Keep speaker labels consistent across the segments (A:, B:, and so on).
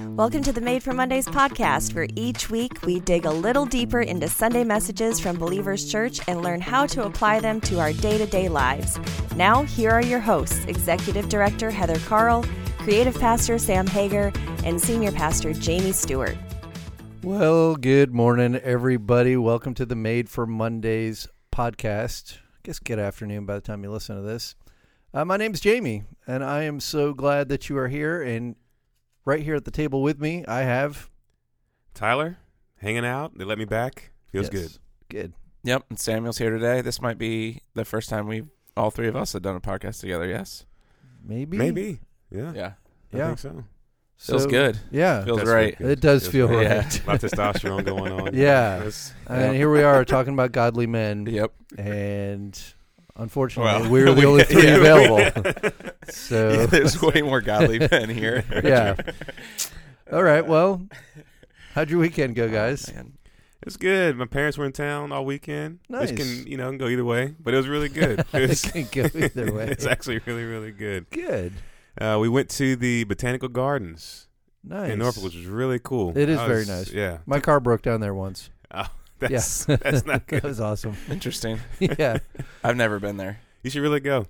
A: Welcome to the Made for Mondays podcast, where each week we dig a little deeper into Sunday messages from Believers Church and learn how to apply them to our day to day lives. Now, here are your hosts Executive Director Heather Carl, Creative Pastor Sam Hager, and Senior Pastor Jamie Stewart.
B: Well, good morning, everybody. Welcome to the Made for Mondays podcast. I guess good afternoon by the time you listen to this. Uh, my name's Jamie, and I am so glad that you are here. And right here at the table with me, I have.
C: Tyler, hanging out. They let me back. Feels
B: Yes. Good.
D: Yep, and Samuel's here today. This might be the first time we all three of us have done a podcast together. Yes,
B: Maybe.
C: good. Maybe. Yeah.
D: yeah,
C: I
B: Yeah.
C: think so.
B: So,
D: feels good.
B: Yeah.
D: Feels
C: That's
D: right.
C: good.
B: It does feel
C: good.
B: right.
C: A
D: Yeah.
C: lot of testosterone going on.
B: Yeah.
C: That's-
B: And here we are talking about godly men.
D: Yep.
B: And unfortunately,
C: Well,
B: we're the
C: we-
B: only three
C: yeah.
B: available. so,
D: There's way more godly men here.
B: yeah. All right. Well, how'd your weekend go, guys?
D: Oh, Man.
C: It's good. My parents were in town all weekend.
B: Nice.
C: This can you know can go either way, but it was really good. It
B: it
C: was-
B: can go either way.
C: it's actually really really good.
B: Good.
C: Uh, we went to the botanical gardens
B: Nice.
C: in Norfolk, which was really cool.
B: It is
C: I
B: very
C: was-
B: nice.
C: Yeah.
B: My car broke down there once.
C: Oh, that's
B: yeah.
C: that's not
B: that
C: good.
B: was awesome.
D: Interesting.
B: Yeah.
D: I've never been there.
C: You should really go.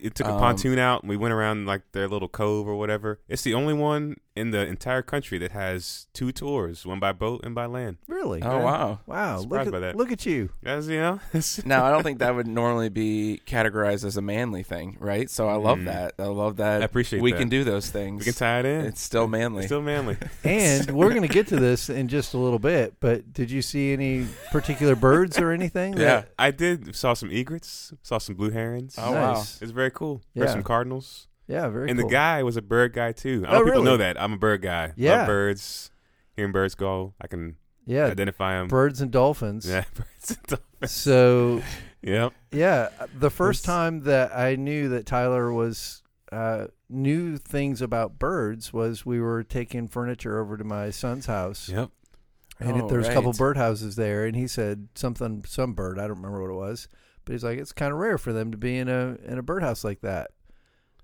C: It took a
D: Um,
C: pontoon out and we went around like their little cove or whatever. It's the only one in the entire country that has two tours, one by boat and by land.
B: Really?
D: Oh wow.
B: Wow. Look
C: Surprised
B: at,
C: by that.
B: look at you.
C: As you know, it's-
D: Now I don't think that would normally be categorized as a manly thing, right? So I love
C: Mm.
D: that. I love that.
C: I appreciate
D: we
C: that.
D: can do those things.
C: we can tie it in.
D: It's still manly.
C: It's still manly.
B: And we're going to get to this in just a little bit, but did you see any particular birds or anything?
D: Yeah.
B: that-
C: I did saw some egrets, saw some blue herons.
D: Oh, wow.
B: nice.
C: It's very cool.
B: Yeah.
C: There's some cardinals.
B: Yeah, very
C: and
B: cool.
C: the guy was a bird guy too. I
B: Oh,
C: don't people
B: really?
C: know that. I'm a bird guy.
B: Yeah.
C: Love birds. Hearing birds go, I can
B: yeah,
C: identify them.
B: birds and dolphins.
C: um, Yeah, birds.
B: So,
C: yep.
B: yeah, uh, the first
C: That's-
B: time that I knew that Tyler was uh, knew things about birds was we were taking furniture over to my son's house.
C: Yep.
B: And
D: Oh,
B: if there was a couple
D: right.
B: birdhouses there, and he said something, some bird, I don't remember what it was, but he's like, it's kind of rare for them to be in a in a birdhouse like that.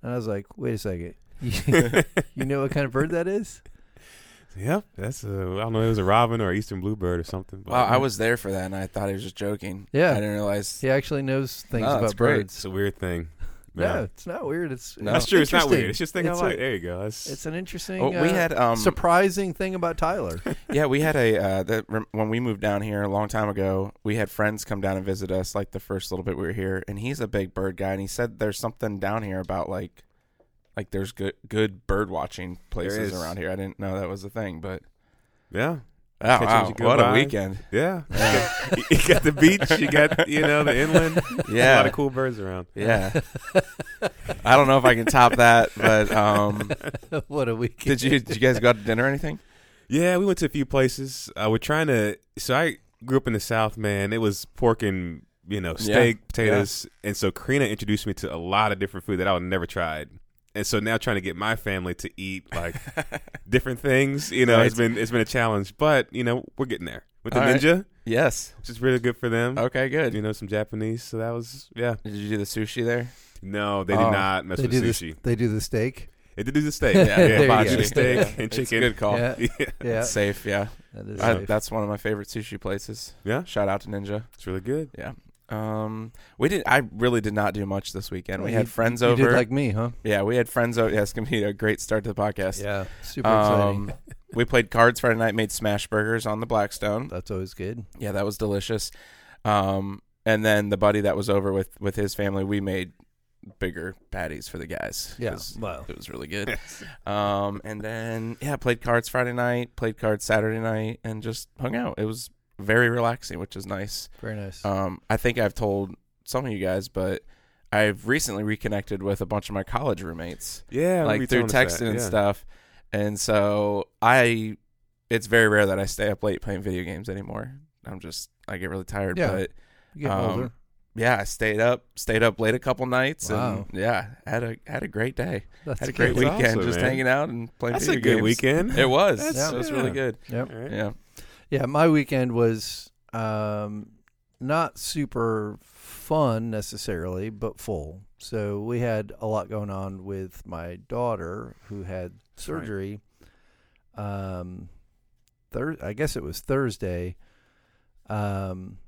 B: And I was like, wait a second, you know what kind of bird that is?
C: Yep. That's a, I don't know, it was a robin or eastern bluebird or something. But
D: Wow, I was there for that, and I thought he was just joking.
B: Mm. Yeah.
D: I didn't realize.
B: He actually knows things
D: Oh,
C: Ah,
D: that's
B: about
D: great.
B: birds.
C: It's a weird thing.
B: No,
C: Yeah.
B: it's not weird. It's
D: No.
C: That's true. It's not
B: interesting.
C: weird. It's just thing
B: It's
C: I like.
B: a-
C: There you go. That's,
B: It's an interesting,
D: Oh, we
B: uh,
D: had um,
B: surprising thing about Tyler.
D: yeah, we had a uh, that rem- when we moved down here a long time ago. We had friends come down and visit us, like the first little bit we were here, and he's a big bird guy, and he said there's something down here about like, like there's good good bird watching places
C: is.
D: around here. I didn't know that was a thing, but
C: yeah.
D: oh,
C: Catch
D: wow,
C: as you go
D: what
C: by.
D: a weekend!
C: Yeah. you got the beach. You got, you know, the inland. A lot
D: Yeah,
C: of cool birds around.
D: yeah. I don't know if I can top that, but um,
B: what a weekend!
D: did you did you guys go out to dinner or anything?
C: Yeah, we went to a few places. Uh, we're trying to. So I grew up in the South, man. It was pork and you know steak, potatoes, and so Karina introduced me to a lot of different food that I would never tried. And so now trying to get my family to eat like different things, you know, it's been it's been a challenge. But you know, we're getting there with the
D: All right.
C: ninja,
D: Yes.
C: which is really good for them.
D: Okay. Good.
C: You know, some Japanese. So that was yeah.
D: Did you do the sushi there?
C: No, they
D: Oh,
C: did not mess
B: they
C: with
B: do
C: sushi.
B: the they do the steak.
C: They did do the steak.
B: Yeah, there you
C: yeah,
B: go.
C: do the steak
D: Yeah.
C: and
D: It's a
C: chicken.
D: Good call.
B: Yeah,
C: Yeah,
B: yeah,
D: Safe. Yeah.
B: that is
D: I,
B: safe.
D: Uh, that's one of my favorite sushi places.
C: yeah,
D: Shout out to Ninja.
C: it's really good.
D: Um, we did. I really did not do much this weekend.
B: Well,
D: We
B: you-
D: had friends
B: You
D: over.
B: did like me, huh?
D: yeah, we had friends over. Yeah, it's gonna be a great start to the podcast.
B: Yeah, super exciting.
D: Um, we played cards Friday night. Made smash burgers on the Blackstone.
B: That's always good.
D: Yeah, that was delicious. Um, and then the buddy that was over with with his family, we made bigger patties for the guys.
B: Yeah,
D: 'cause
B: well,
D: It was really good. Um, and then yeah, played cards Friday night, played cards Saturday night, and just hung out. It was very relaxing, which is nice.
B: very nice.
D: Um, I think I've told some of you guys, but I've recently reconnected with a bunch of my college roommates,
C: Yeah,
D: like through texting and stuff. And so I, it's very rare that I stay up late playing video games anymore. I'm just, I get really tired.
B: Yeah.
D: But
B: you get
D: um,
B: older.
D: yeah, I stayed up, stayed up late a couple nights,
B: Wow.
D: and yeah, had a had a great day.
B: That's
D: had a great
B: good.
C: That's
D: weekend,
C: awesome,
D: just
C: man.
D: hanging out and playing
C: That's a
D: video
C: good
D: games.
C: weekend.
D: It was.
C: That's-
D: It was really
C: yeah.
D: good.
B: Yep.
D: Yeah.
B: Yeah, my weekend was um, not super fun necessarily, but full. So we had a lot going on with my daughter who had
C: right.
B: surgery um, thir- I guess it was Thursday. Um,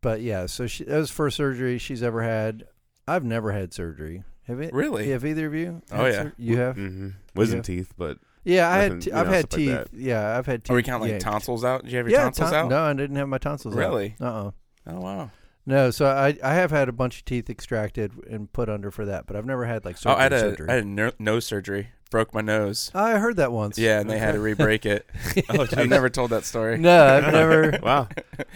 B: but yeah, so she, that was the first surgery she's ever had. I've never had surgery. Have it?
D: Really?
B: Have either of you?
D: Oh,
B: had
D: yeah.
B: sur- you have.
C: Mm-hmm. Wisdom
B: Yeah.
C: teeth, but
B: Yeah, I
C: Nothing,
B: had. T-
C: you
B: I've
C: know,
B: had
C: stuff like
B: teeth.
C: that.
B: yeah, I've had teeth.
D: Are we counting like
B: yanked.
D: tonsils out? Did you have your
B: yeah,
D: tonsils
B: ton-
D: out?
B: No, I didn't have my tonsils.
D: Really?
B: Uh uh
D: Oh wow.
B: No, so I I have had a bunch of teeth extracted and put under for that, but I've never had like surgery.
D: oh, I had a
B: surgery.
D: I had a ner- nose surgery. Broke my nose.
B: I heard that once.
D: Yeah, and they had to re-break it.
C: oh,
D: I've
C: geez.
D: never told that story.
B: No, I've never.
C: wow.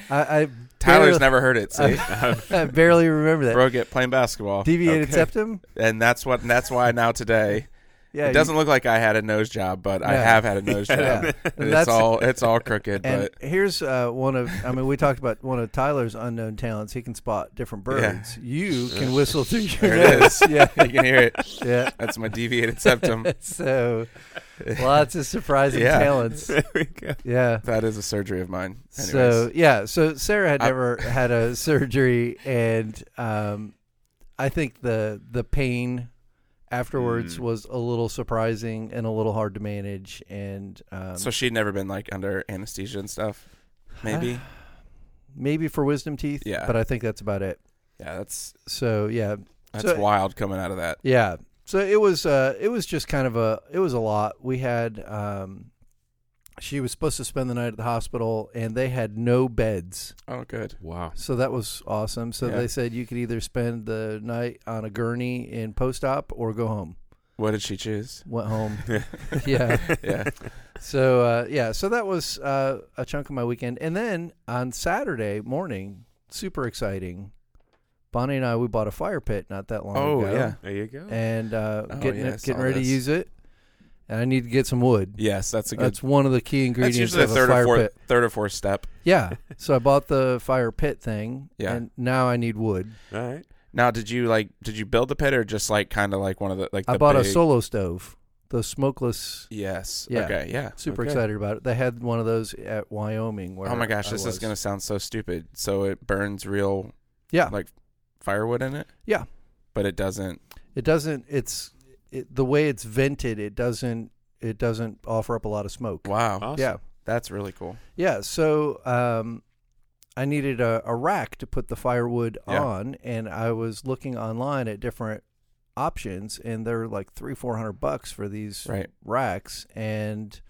B: I, I
D: Tyler's
B: barely-
D: never heard it. See,
B: I barely remember that.
D: broke it playing basketball.
B: Deviated
D: Okay.
B: septum.
D: and that's what. and that's why now today
B: Yeah,
D: it doesn't look like I had a nose job, but I
B: No.
D: have had a nose job.
B: Yeah.
D: And
B: That's-
D: it's all it's all crooked,
B: And
D: but
B: here's uh, one of, I mean, we talked about one of Tyler's unknown talents. He can spot different
D: Yeah.
B: birds. You can whistle through your
D: there it
B: nose.
D: is. yeah, you can hear it.
B: Yeah.
D: That's my deviated septum.
B: So lots of surprising
D: Yeah.
B: talents.
C: there we go.
B: Yeah.
D: That is a surgery of mine. Anyways.
B: So, yeah. So Sarah had
D: I-
B: never had a surgery. And um, I think the, the pain afterwards
C: Mm.
B: was a little surprising and a little hard to manage. And um,
D: so she'd never been like under anesthesia and stuff. Maybe.
B: maybe for wisdom teeth.
D: Yeah.
B: But I think that's about it.
D: yeah, that's
B: So, yeah.
D: that's
B: So-
D: wild coming out of that.
B: Yeah. So it was uh it was just kind of a it was a lot. We had um she was supposed to spend the night at the hospital and they had no beds.
D: Oh, good.
C: Wow.
B: So that was awesome. So
D: Yeah.
B: they said you could either spend the night on a gurney in post op or go home.
D: What did she choose?
B: Went home. yeah.
D: Yeah.
B: So uh yeah, so that was uh a chunk of my weekend. And then on Saturday morning, super exciting. Bonnie and I we bought a fire pit not that long
D: oh
B: ago
D: yeah.
C: There you go.
B: and uh,
D: Oh,
B: getting
D: yeah, I
B: it, getting
D: saw
B: ready
D: this.
B: to use it. And I need to get some wood.
D: Yes, that's a good.
B: That's one of the key
D: That's,
B: ingredients
D: usually
B: of
D: the
B: a
D: third
B: fire
D: or fourth
B: pit.
D: third or fourth step.
B: Yeah. So I bought the fire pit thing.
D: Yeah.
B: And now I need wood.
C: All right.
D: Now, did you like did you build the pit or just like kind of like one of the like
B: I
D: the
B: bought a
D: big-
B: solo stove, the smokeless.
D: Yes.
B: Yeah.
D: Okay. Yeah.
B: Super
D: Okay.
B: excited about it. They had one of those at Wyoming. Where
D: Oh my gosh,
B: I
D: this
B: was.
D: is gonna sound so stupid. So it burns real
B: Yeah.
D: like firewood in it.
B: Yeah.
D: But it doesn't.
B: It doesn't. It's it, the way it's vented. It doesn't. It doesn't offer up a lot of smoke.
D: Wow.
C: Awesome.
B: oh, Yeah.
D: That's really cool.
B: Yeah, so um, I needed a, a rack to put the firewood
D: Yeah.
B: on, and I was looking online at different options, and they're like three, four hundred bucks for these
D: Right.
B: racks. And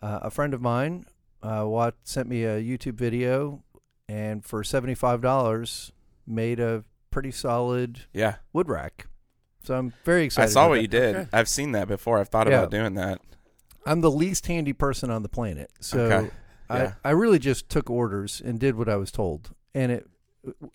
B: uh, a friend of mine uh, wat- sent me a YouTube video, and for seventy five dollars, made a pretty solid
D: Yeah.
B: wood rack. So I'm very
D: I
B: excited.
D: saw
B: about
D: what
B: that.
D: you did.
C: Okay.
D: I've seen that before. I've thought
B: Yeah.
D: about doing that.
B: I'm the least handy person on the planet. So
D: Okay. Yeah.
B: I, I really just took orders and did what I was told. And it,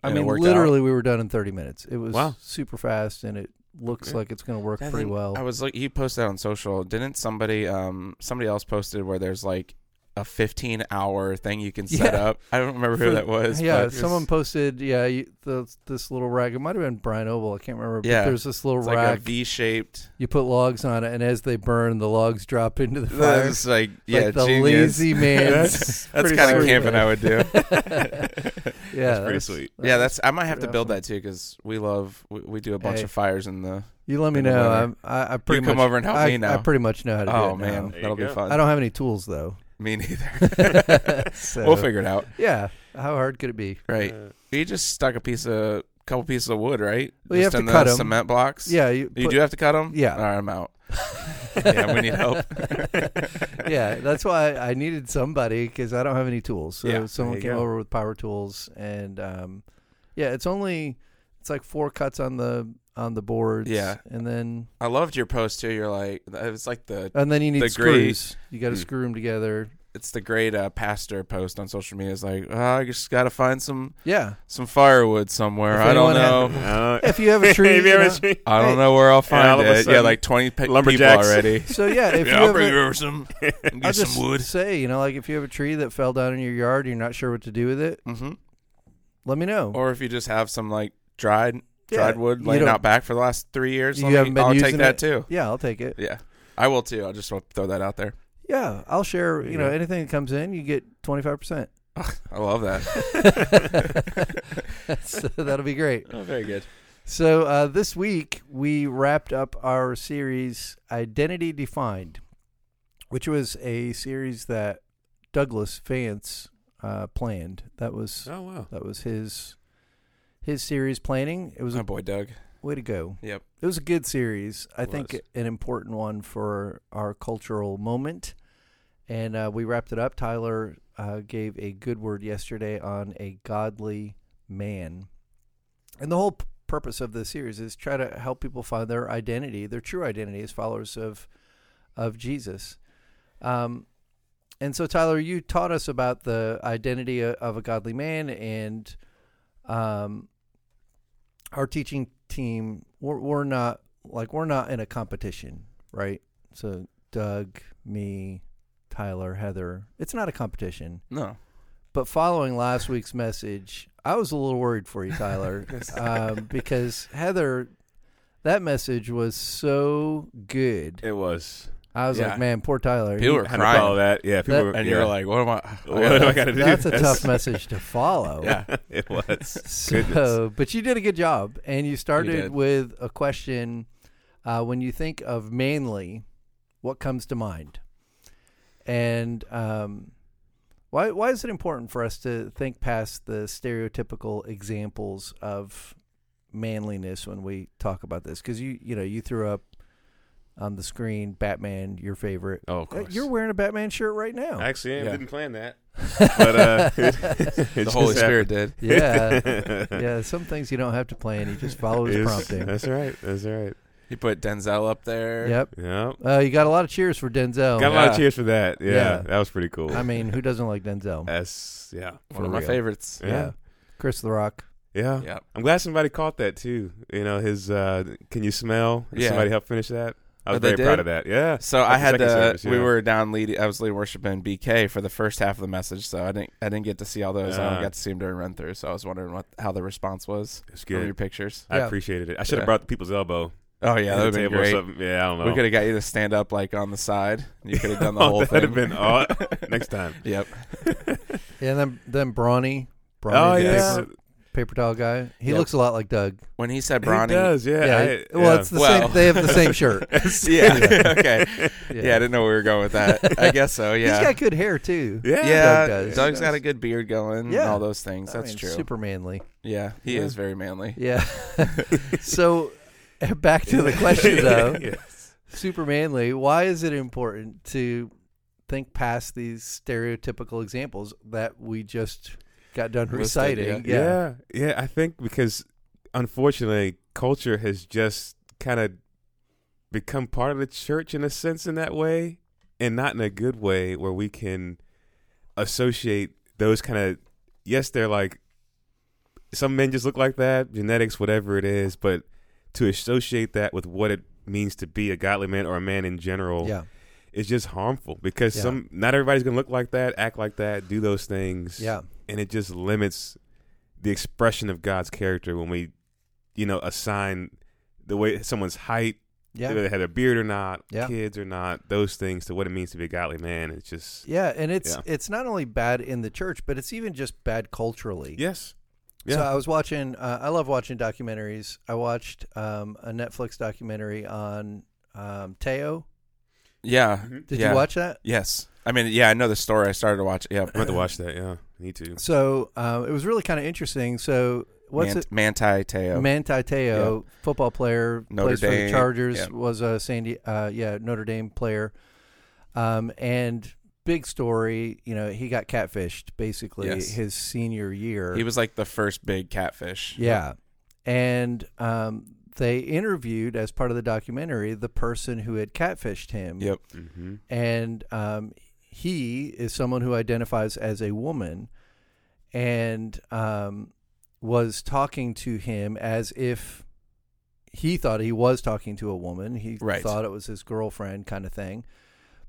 B: I
D: And it
B: mean,
D: worked
B: literally, we were done in 30 minutes. It was
C: Wow.
B: super fast and it looks
C: Yeah.
B: like it's going to work
D: I
B: pretty
D: think
B: well.
D: I was like, you posted on social. Didn't somebody, um, somebody else posted where there's like a 15 hour thing you can set
B: Yeah.
D: up. I don't remember who
B: For-
D: that was. but it
B: yeah,
D: was-
B: someone posted, yeah, you, the, this little rack. It might have been Brian Oble. I can't remember.
D: Yeah.
B: But there's this little
D: It's
B: rack.
D: like a V shaped.
B: you put logs on it, and as they burn, the logs drop into the fire.
D: That's like yeah,
B: like the
D: genius.
B: lazy man's.
D: That's, that's
B: pretty
D: kind of
B: sweet,
D: camping
B: man.
D: I would do.
B: yeah, uh,
C: That's pretty sweet.
D: yeah, that's. I might have to
B: pretty
D: build
B: awesome.
D: that too because we love we, we do a bunch
B: Hey.
D: of fires in the.
B: You let me
D: in the
B: know.
D: winter.
B: I'm, I, I pretty
D: you come
B: much,
D: over and help
B: I,
D: me now.
B: I pretty much know how to do it.
D: oh
B: now.
D: man,
C: There you
D: that'll be
C: go.
D: fun.
B: I don't have any tools though.
D: me neither.
B: So,
D: We'll figure it out.
B: Yeah, how hard could it be?
D: Right.
C: Uh,
D: You just stuck a piece of couple pieces of wood, right?
B: Well, you
D: just
B: have
D: in
B: to
D: the
B: cut 'em.
D: cement blocks.
B: Yeah, you,
D: You
B: put-
D: do have to cut them.
B: Yeah.
D: All right, I'm out. yeah, we need help.
B: yeah, that's why I needed somebody because I don't have any tools. So
D: Yeah,
B: someone
C: there you
B: came
C: go.
B: over with power tools, and um, yeah, it's only it's like four cuts on the on the boards.
D: Yeah.
B: and then
D: I loved your post too. You're like, it's like the
B: and then you need
D: The grate-
B: screws. You got to
C: Hmm.
B: screw them together.
D: it's the great uh, pastor post on social media. It's like, oh, I just gotta find some
B: Yeah,
D: some firewood somewhere.
B: If
D: I don't know.
B: anyone
C: uh,
B: if you have a tree.
C: if you
B: you
C: have a
B: know-
C: tree-
D: I don't
B: Hey.
D: know where I'll
C: all
D: find
C: of a
D: it. Yeah,
C: sudden,
D: like 20 pe- people
C: lumberjacks.
D: already.
B: So yeah, if
D: yeah,
B: you
D: I'll
B: have
D: bring
B: a,
D: over some and
B: I'll
D: get
B: just
D: some wood.
B: say you know like if you have a tree that fell down in your yard, you're not sure what to do with it.
D: Mm-hmm.
B: Let me know.
D: Or if you just have some like dried
B: Yeah,
D: dried wood
B: you
D: laying
B: don't-
D: out back for the last three years,
B: You
D: let me-
B: haven't been
D: I'll take
B: using
D: that
B: it.
D: too.
B: yeah, I'll take it.
D: Yeah, I will too. I'll just want to throw that out there.
B: Yeah, I'll share. You know,
C: Yeah.
B: anything that comes in, you get twenty five percent.
D: I love that.
B: So that'll be great.
D: oh, very good.
B: So uh, this week we wrapped up our series "Identity Defined," which was a series that Douglas Vance uh, planned. That was
C: Oh wow.
B: that was his his series planning. It was
D: My
B: a
D: boy Doug.
B: way to go.
D: Yep.
B: It was a good series. I
C: It
B: think
C: was.
B: an important one for our cultural moment. And uh, we wrapped it up. Tyler uh, gave a good word yesterday on a godly man. And the whole p- purpose of this series is try to help people find their identity, their true identity as followers of of Jesus. Um, and so, Tyler, you taught us about the identity o- of a godly man, and um, our teaching team, we're, we're not like we're not in a competition, right? So, Doug, me, Tyler, Heather, it's not a competition.
D: No.
B: But following last week's message, I was a little worried for you, Tyler, um, because Heather, that message was so good.
C: It was.
B: I was
D: Yeah.
B: like, man, poor Tyler.
D: People were
C: Had to follow
D: crying,
C: that. Yeah. People
B: That-
C: were,
D: and
C: yeah.
D: you're like, "What am I?
C: What do I got to do?
B: That's a tough message to follow.
D: Yeah.
C: it was. Goodness.
B: So, but you did a good job, and you started
D: did.
B: with a question. Uh, when you think of manly, what comes to mind? And um, why why is it important for us to think past the stereotypical examples of manliness when we talk about this? Because you you know you threw up on the screen Batman, your favorite.
C: Oh, of
B: Uh,
C: course.
B: You're wearing a Batman shirt right now.
C: Actually, I
D: Yeah.
C: didn't plan that. But uh,
D: The Holy Spirit did.
B: yeah, yeah. Some things you don't have to plan; you just follow his prompting.
C: That's right. That's right.
D: He put Denzel up there.
B: Yep.
C: Yeah.
B: Uh, you got a lot of cheers for Denzel.
C: Got a lot of
D: Oh, yeah.
C: cheers for that. Yeah,
B: Yeah.
C: that was pretty cool.
B: I mean, who doesn't like Denzel?
C: That's yeah,
D: One of my
B: real.
D: favorites.
C: yeah.
B: yeah.
C: yeah,
B: Chris The Rock.
D: Yep.
C: I'm glad somebody caught that too. You know, his uh, "Can you smell?" Did
D: Yeah.
C: Somebody help finish that. I was
D: Oh, they
C: very proud
D: did?
C: of that. Yeah.
D: So
C: Like
D: I
C: the
D: had
C: second
D: to.
C: service,
D: We
C: yeah.
D: were down leading. I was leading worshiping BK for the first half of the message, so I didn't. I didn't get to see all those. I
C: Ah.
D: only got to see them during run through. So I was wondering what how the response was
C: It's
D: from your
C: good.
D: pictures.
C: I
B: Yeah.
C: appreciated it. I should have
D: Yeah.
C: brought the people's elbow.
D: Oh yeah,
C: to
D: that
C: the
D: would have
C: table
D: been
C: or
D: great.
C: something. Yeah, I don't know.
D: We could have got you to stand up like on the side. You could have done the
C: Oh,
D: whole thing.
C: That'd have been all next time.
D: Yep.
B: Yeah, and then then Brawny.
C: oh
B: Brawny, the
C: yeah,
B: paper, paper towel guy. He
D: Yeah.
B: looks a lot like Doug.
D: When he said
C: Bronny.
D: Bronny.
C: does. Yeah.
B: yeah.
C: I-
B: he- well, it's the
D: Well.
B: same. They have the same shirt.
D: yeah. okay. Yeah. I didn't know where we were going with that. I guess so. Yeah.
B: He's got good hair too.
C: yeah.
D: yeah.
B: Doug does.
D: Doug's
C: He
D: got
C: does.
D: a good beard going.
B: Yeah.
D: And all those things.
B: I
D: That's
B: mean,
D: true.
B: Super manly.
D: yeah. He
C: Yeah.
D: is very manly.
B: Yeah. so back to the question though.
C: Yeah.
B: super manly. Why is it important to think past these stereotypical examples that we just got done
D: Listed,
B: reciting?
D: yeah.
C: yeah, yeah. I think because unfortunately, culture has just kind of become part of the church in a sense, in that way, and not in a good way, where we can associate those kind of. Yes, they're like some men just look like that, genetics, whatever it is, but to associate that with what it means to be a godly man or a man in general
B: yeah.
C: is just harmful because
B: Yeah.
C: some not everybody's gonna look like that, act like that, do those things
B: Yeah.
C: and it just limits the expression of God's character when we, you know, assign the way someone's height,
B: Yeah.
C: whether they had a beard or not,
B: Yeah.
C: kids or not, those things to what it means to be a godly man. It's just
B: Yeah, and it's
C: Yeah.
B: it's not only bad in the church, but it's even just bad culturally.
C: yes,
B: So
C: yeah,
B: I was watching. Uh, I love watching documentaries. I watched um, a Netflix documentary on um, Teo.
D: Yeah.
B: Did
D: Yeah.
B: you watch that?
D: Yes. I mean, yeah, I know the story. I started to watch. Yeah.
B: Uh,
C: I have to watch that. Yeah, need to.
B: So um, it was really kind of interesting. So what's
D: Man-
B: it?
D: Manti Teo.
B: Manti Te'o, football player,
D: Notre
B: plays for the
D: Dame,
B: Chargers,
D: yeah.
B: was a Sandy, uh, yeah, Notre Dame player, um, and big story. You know, he got catfished basically
D: Yes.
B: his senior year.
D: he was like the first big catfish.
B: yeah, and um, they interviewed as part of the documentary the person who had catfished him.
D: Yep.
C: Mm-hmm.
B: and um, he is someone who identifies as a woman and um, was talking to him as if he thought he was talking to a woman. He
D: Right.
B: thought it was his girlfriend, kind of thing.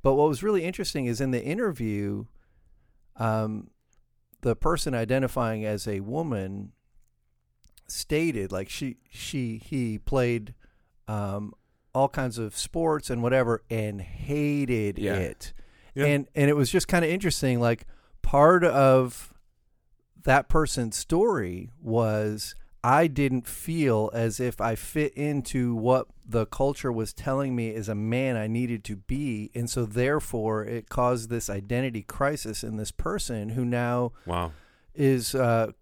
B: But what was really interesting is in the interview, um, the person identifying as a woman stated like she she he played um, all kinds of sports and whatever and hated
D: Yeah.
B: it
C: Yeah.
B: and and it was just kind of interesting like part of that person's story was I didn't feel as if I fit into what the culture was telling me as a man I needed to be. And so, therefore, it caused this identity crisis in this person who now
C: Wow.
B: is uh,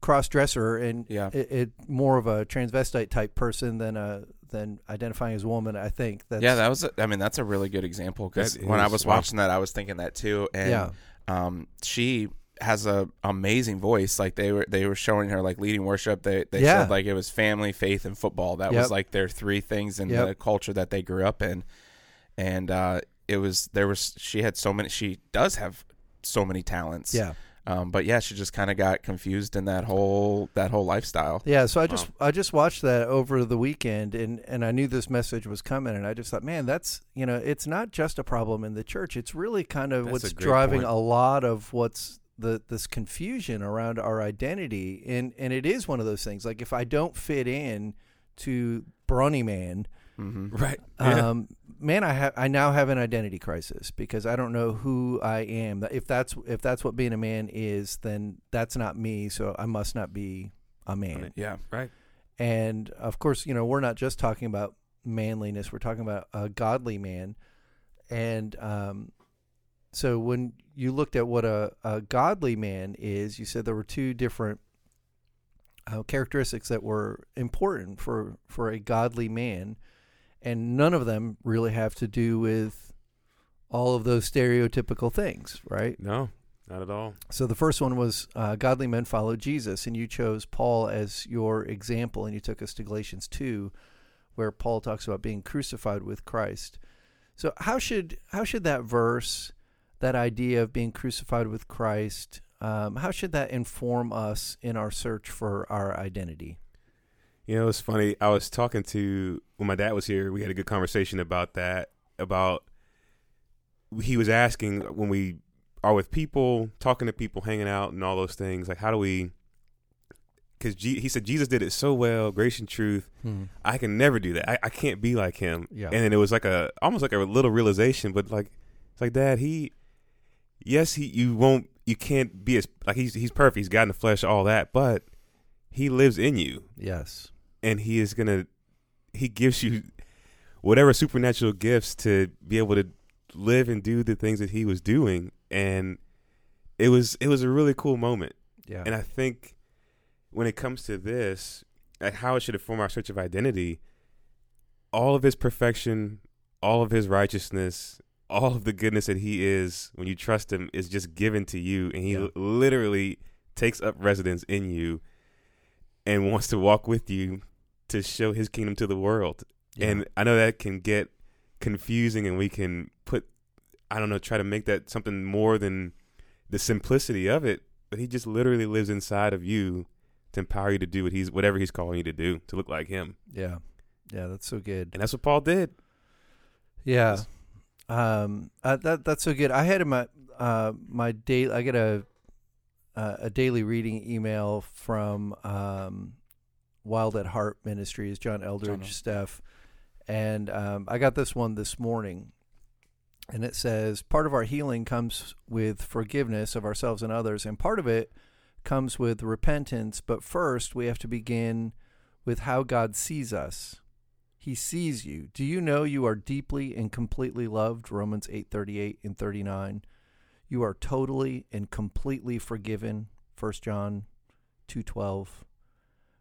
B: cross dresser and
D: Yeah.
B: it, it more of a transvestite type person than a than identifying as a woman. I think that's
D: yeah, that was. A, I mean, that's a really good example because
C: That
D: when I
C: is-
D: was
C: wow.
D: watching that, I was thinking that too. And
B: Yeah.
D: um, she has a amazing voice. Like they were, they were showing her like leading worship. They they
B: Yeah.
D: said like it was family, faith, and football. That
B: Yep.
D: was like their three things in
B: Yep.
D: the culture that they grew up in. And uh, it was there was she had so many. She does have so many talents.
B: yeah.
D: Um, but yeah, she just kind of got confused in that whole that whole lifestyle.
B: Yeah, so I just I just watched that over the weekend, and and I knew this message was coming, and I just thought, man, that's you know, it's not just a problem in the church; it's really kind of
C: That's
B: what's
C: a great
B: driving
C: point.
B: a lot of what's the this confusion around our identity, and and it is one of those things. Like if I don't fit in to Brawny Man,
D: Mm-hmm.
C: Right.
B: um, man, I have I now have an identity crisis because I don't know who I am. If that's if that's what being a man is, then that's not me. So I must not be a man.
D: Yeah.
C: Right.
B: And of course, you know, we're not just talking about manliness, we're talking about a godly man. And um, so when you looked at what a, a godly man is, you said there were two different uh, characteristics that were important for, for a godly man. And none of them really have to do with all of those stereotypical things, right?
C: No, not at all.
B: So the first one was uh, godly men follow Jesus, and you chose Paul as your example, and you took us to Galatians two, where Paul talks about being crucified with Christ. So how should how should that verse, that idea of being crucified with Christ, um, how should that inform us in our search for our identity?
C: You know, it's funny. I was talking to when my dad was here. We had a good conversation about that. About he was asking when we are with people, talking to people, hanging out, and all those things. Like, how do we? Because he said Jesus did it so well, grace and truth. I can never do that. I, I can't be like him.
B: Yeah.
C: And then it was like a almost like a little realization, but like it's like dad, he yes, he you won't you can't be as like he's he's perfect, he's got in the flesh, all that, but he lives in you
B: Yes.
C: and he is gonna he gives you whatever supernatural gifts to be able to live and do the things that he was doing and it was it was a really cool moment
B: Yeah.
C: and I think when it comes to this, like how it should inform our search of identity, all of his perfection, all of his righteousness, all of the goodness that he is, when you trust him, is just given to you. And he
B: Yeah.
C: literally takes up residence in you and wants to walk with you to show his kingdom to the world.
B: yeah.
C: And I know that can get confusing, and we can put, I don't know, try to make that something more than the simplicity of it. But he just literally lives inside of you to empower you to do what he's whatever he's calling you to do to look like him,
B: yeah. Yeah, that's so good.
C: and that's what Paul did.
B: Yeah.
C: Yes.
B: Um. Uh, that that's so good. I had in my uh my daily. I get a uh, a daily reading email from um, Wild at Heart Ministries, John Eldridge
D: John.
B: stuff, and um, I got this one this morning, and it says part of our healing comes with forgiveness of ourselves and others, and part of it comes with repentance. But first, we have to begin with how God sees us. He sees you. Do you know you are deeply and completely loved? Romans 8:38 and 39. You are totally and completely forgiven. 1 John 2:12.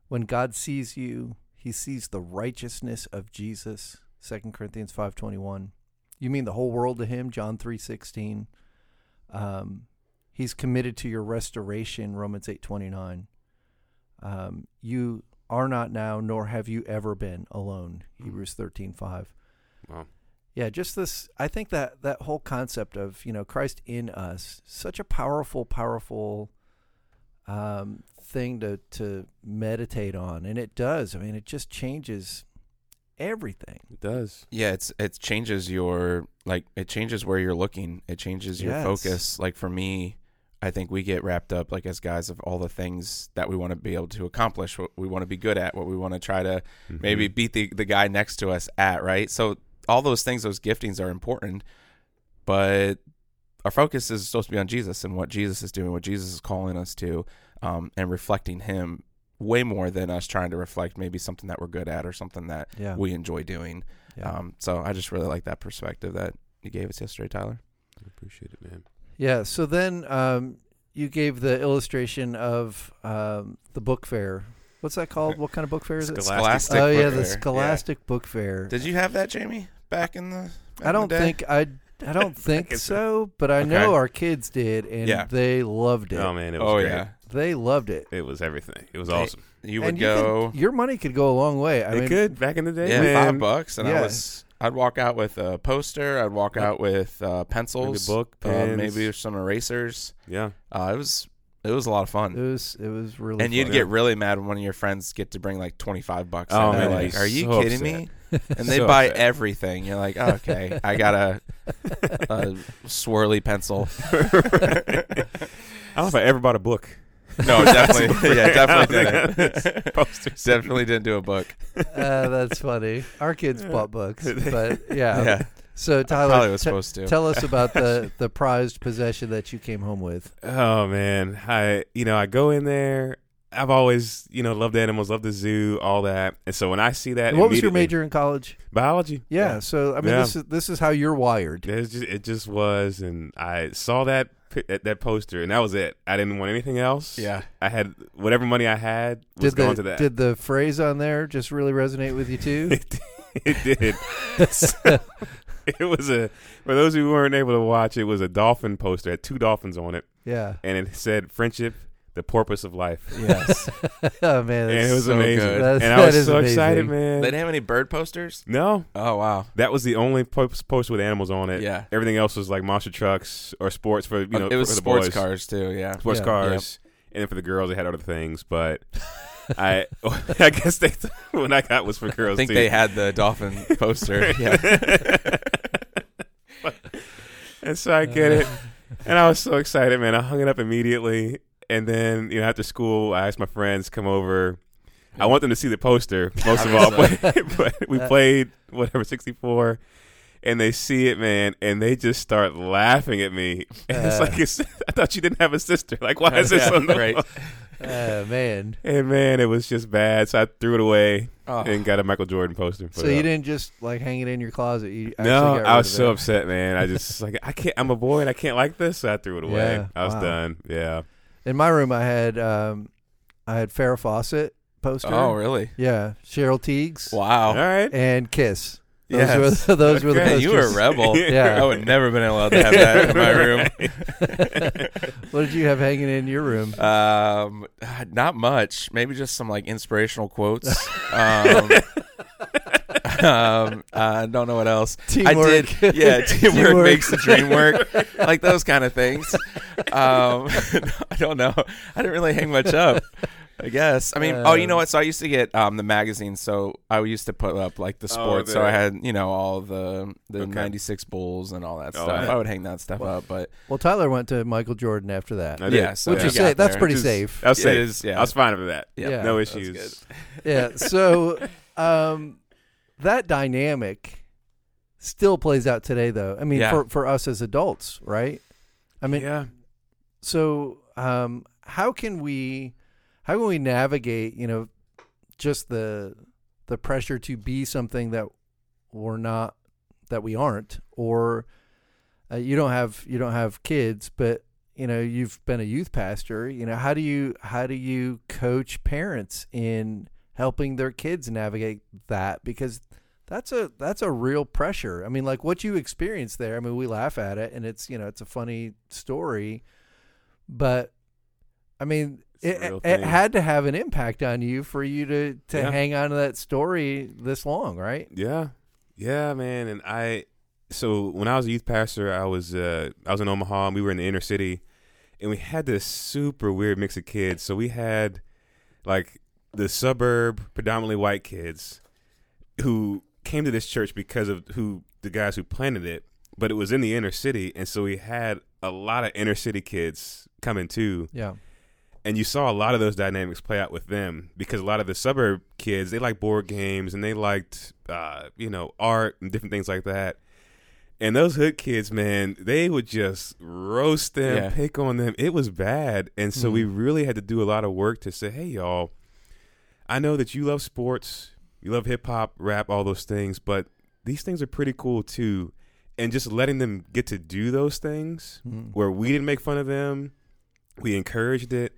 B: When God sees you, he sees the righteousness of Jesus. 2 Corinthians 5:21. You mean the whole world to him, John 3:16. Um he's committed to your restoration, Romans 8:29. Um you are not now nor have you ever been alone, Hebrews 13:5
C: Wow.
B: yeah just this i think that that whole concept of you know christ in us such a powerful powerful um, thing to to meditate on and it does i mean it just changes everything
C: It does.
D: Yeah, it's it changes your like it changes where you're looking. It changes your
B: Yes.
D: focus. Like for me, I think we get wrapped up like as guys of all the things that we want to be able to accomplish, what we want to be good at, what we want to try to
B: Mm-hmm.
C: Mm-hmm.
D: maybe beat the the guy next to us at, right? So all those things, those giftings are important, but our focus is supposed to be on Jesus and what Jesus is doing, what Jesus is calling us to, um, and reflecting Him way more than us trying to reflect maybe something that we're good at or something that
B: Yeah.
D: we enjoy doing.
B: Yeah.
D: Um, so I just really like that perspective that you gave us yesterday, Tyler.
C: I appreciate it, man.
B: Yeah. So then um, you gave the illustration of um, the book fair. What's that called? What kind of book fair is it?
C: Scholastic
D: Scholastic
B: oh
D: Book
B: yeah,
D: Fair.
B: the Scholastic Book Fair.
D: Did you have that, Jamie, back in the? back in
B: I
D: the
B: don't
D: day?
B: think I. I don't think
C: guess
B: so, but I
D: Okay.
B: know our kids did, and
D: Yeah.
B: they loved it.
C: Oh man, it was
D: Oh
C: great.
D: yeah,
B: they loved it.
C: It was everything. It was
D: Hey,
C: awesome.
D: you would
B: And could-
D: go.
B: your money could go a long way. I
C: it
B: mean,
C: could back in the day,
D: yeah,
C: man.
D: five bucks, and
B: Yeah.
D: I was. I'd walk out with a poster. I'd walk out with uh,
C: Maybe
D: pencils,
C: a book,
D: uh,
C: pens.
D: maybe some erasers.
C: Yeah.
D: Uh, it was it was a lot of fun.
B: It was. It was really.
D: and you'd
B: fun.
D: get really mad when one of your friends get to bring like 25 bucks
C: Oh,
D: and they're
B: man, I'd
D: like
C: be
D: are you
C: so
D: kidding
C: upset.
D: me and they
C: So
D: buy
C: upset.
D: everything you're like oh, okay i got a, a swirly pencil
C: I don't know if I ever bought a book.
D: no definitely yeah definitely
C: I don't think
D: didn't
C: Posters.
D: definitely didn't do a book
B: uh, that's funny. Our kids bought books, but yeah.
D: yeah
B: So Tyler,
D: probably was
B: t-
D: supposed to
B: tell us about the the prized possession that you came home with.
C: Oh man, I you know I go in there. I've always you know loved animals, loved the zoo, all that. And so when I see that,
B: what was your
C: immediately-
B: major in college?
C: Biology.
B: Yeah. So I mean,
C: Yeah.
B: this is this is how you're wired.
C: It just, it just was, and I saw that pi- that that poster, and that was it. I didn't want anything else.
D: yeah
C: I had whatever money I had was
B: Did
C: going
B: the
C: to that.
B: did the phrase on there just really resonate with you too?
C: it, it did. So, it was a for those who weren't able to watch. It was a dolphin poster. It had two dolphins on it,
B: yeah.
C: and it said "Friendship, the purpose of life."
B: Yes. oh man,
C: And
B: that's-
C: it was
D: so
C: amazing.
D: good.
B: That's-
C: And
B: that
C: I was
B: is
C: so excited,
B: amazing.
D: they
C: man.
D: didn't have any bird posters
C: no,
D: oh wow
C: that was the only po- poster with animals on it.
D: yeah Oh, Uh,
C: Everything else was like monster trucks or sports for you know.
D: it was
C: for the
D: sports
C: boys.
D: cars too yeah
C: sports
B: Yeah.
C: cars, and then for the girls they had other things. But I, I guess they when I got was for
D: i
C: girls.
D: think
C: too.
D: they had the dolphin poster yeah
C: and so I get
D: Uh.
C: it, and I was so excited, man. I hung it up immediately, and then you know after school I asked my friends come over. I want them to see the poster most of all, but, but we played whatever sixty four. And they see it, man, and they just start laughing at me. And it's
B: Uh.
C: like, it's, I thought you didn't have a sister. Like, why is this
D: Yeah,
C: on the
D: right.
C: wall?
B: Oh man.
C: And man, it was just bad. So I threw it away
D: Oh.
C: and got a Michael Jordan poster. and put
B: So
C: it
B: you
D: uh,
C: up.
B: didn't just like hang it in your closet. You actually
C: No,
B: got
C: I
B: rid
C: was
B: of
C: so
B: it.
C: upset, man. I just like I can't. I'm a boy and I can't like this. So I threw it away.
B: Yeah,
C: I was
B: wow.
C: done. Yeah,
B: In my room, I had um, I had Farrah Fawcett poster.
D: oh really
B: yeah, Cheryl Teagues
C: all
D: wow
C: right.
B: and Kiss. Those
D: Yes.
B: were those were the
C: Okay,
D: Man,
B: posters.
D: you were a rebel
B: Yeah.
D: I would never been allowed to have that in my room.
B: What did you have hanging in your room?
D: Um, not much. Maybe just some like inspirational quotes. Um, um, I don't know what else. I
B: Teamwork.
D: did. Yeah, teamwork,
B: Teamwork.
D: makes the dream work. like those kind of things. Um, I don't know. I didn't really hang much up. I guess. I mean, oh,
C: Uh.
D: you know what? So I used to get um the magazines. So I used to put up like the sports. so
C: the-
D: I had you know all the the
C: Oh, Okay.
D: '96 Bulls and all that
C: Oh,
D: stuff.
C: yeah.
D: I would hang that stuff up, but
B: Well, Tyler went to Michael Jordan after that.
C: I did.
D: yeah. So
B: Which
D: yeah.
B: is safe. That's pretty
C: Just-
B: safe.
C: I was
D: It
C: safe.
D: is, yeah.
C: I was fine with that.
D: Yeah.
B: Yeah.
C: no
D: That's
C: issues.
B: yeah. So um, that dynamic still plays out today, though. I mean,
D: Yeah.
B: for for us as adults, right? I mean,
C: yeah,
B: so um, how can we how can we navigate you know just the the pressure to be something that we're not that we aren't or uh, you don't have you don't have kids but you know you've been a youth pastor you know how do you how do you coach parents in helping their kids navigate that because that's a that's a real pressure i mean like what you experience there i mean we laugh at it and it's you know it's a funny story but i mean
C: It's a
B: it,
C: real
B: it
C: thing.
B: had to have an impact on you for you to to
C: Yeah.
B: hang on to that story this long right
C: yeah, yeah, man. And I, so when I was a youth pastor, I was uh, I was in Omaha and we were in the inner city, and we had this super weird mix of kids. So we had like the suburb, predominantly white kids who came to this church because of who the guys who planted it, but it was in the inner city, and so we had a lot of inner city kids coming too
B: yeah
C: and you saw a lot of those dynamics play out with them because a lot of the suburb kids they like board games and they liked uh, you know art and different things like that and those hood kids man they would just roast them
D: Yeah.
C: pick on them it was bad and so we really had to do a lot of work to say hey y'all I know that you love sports, you love hip hop, rap, all those things, but these things are pretty cool too. And just letting them get to do those things where we didn't make fun of them, we encouraged it.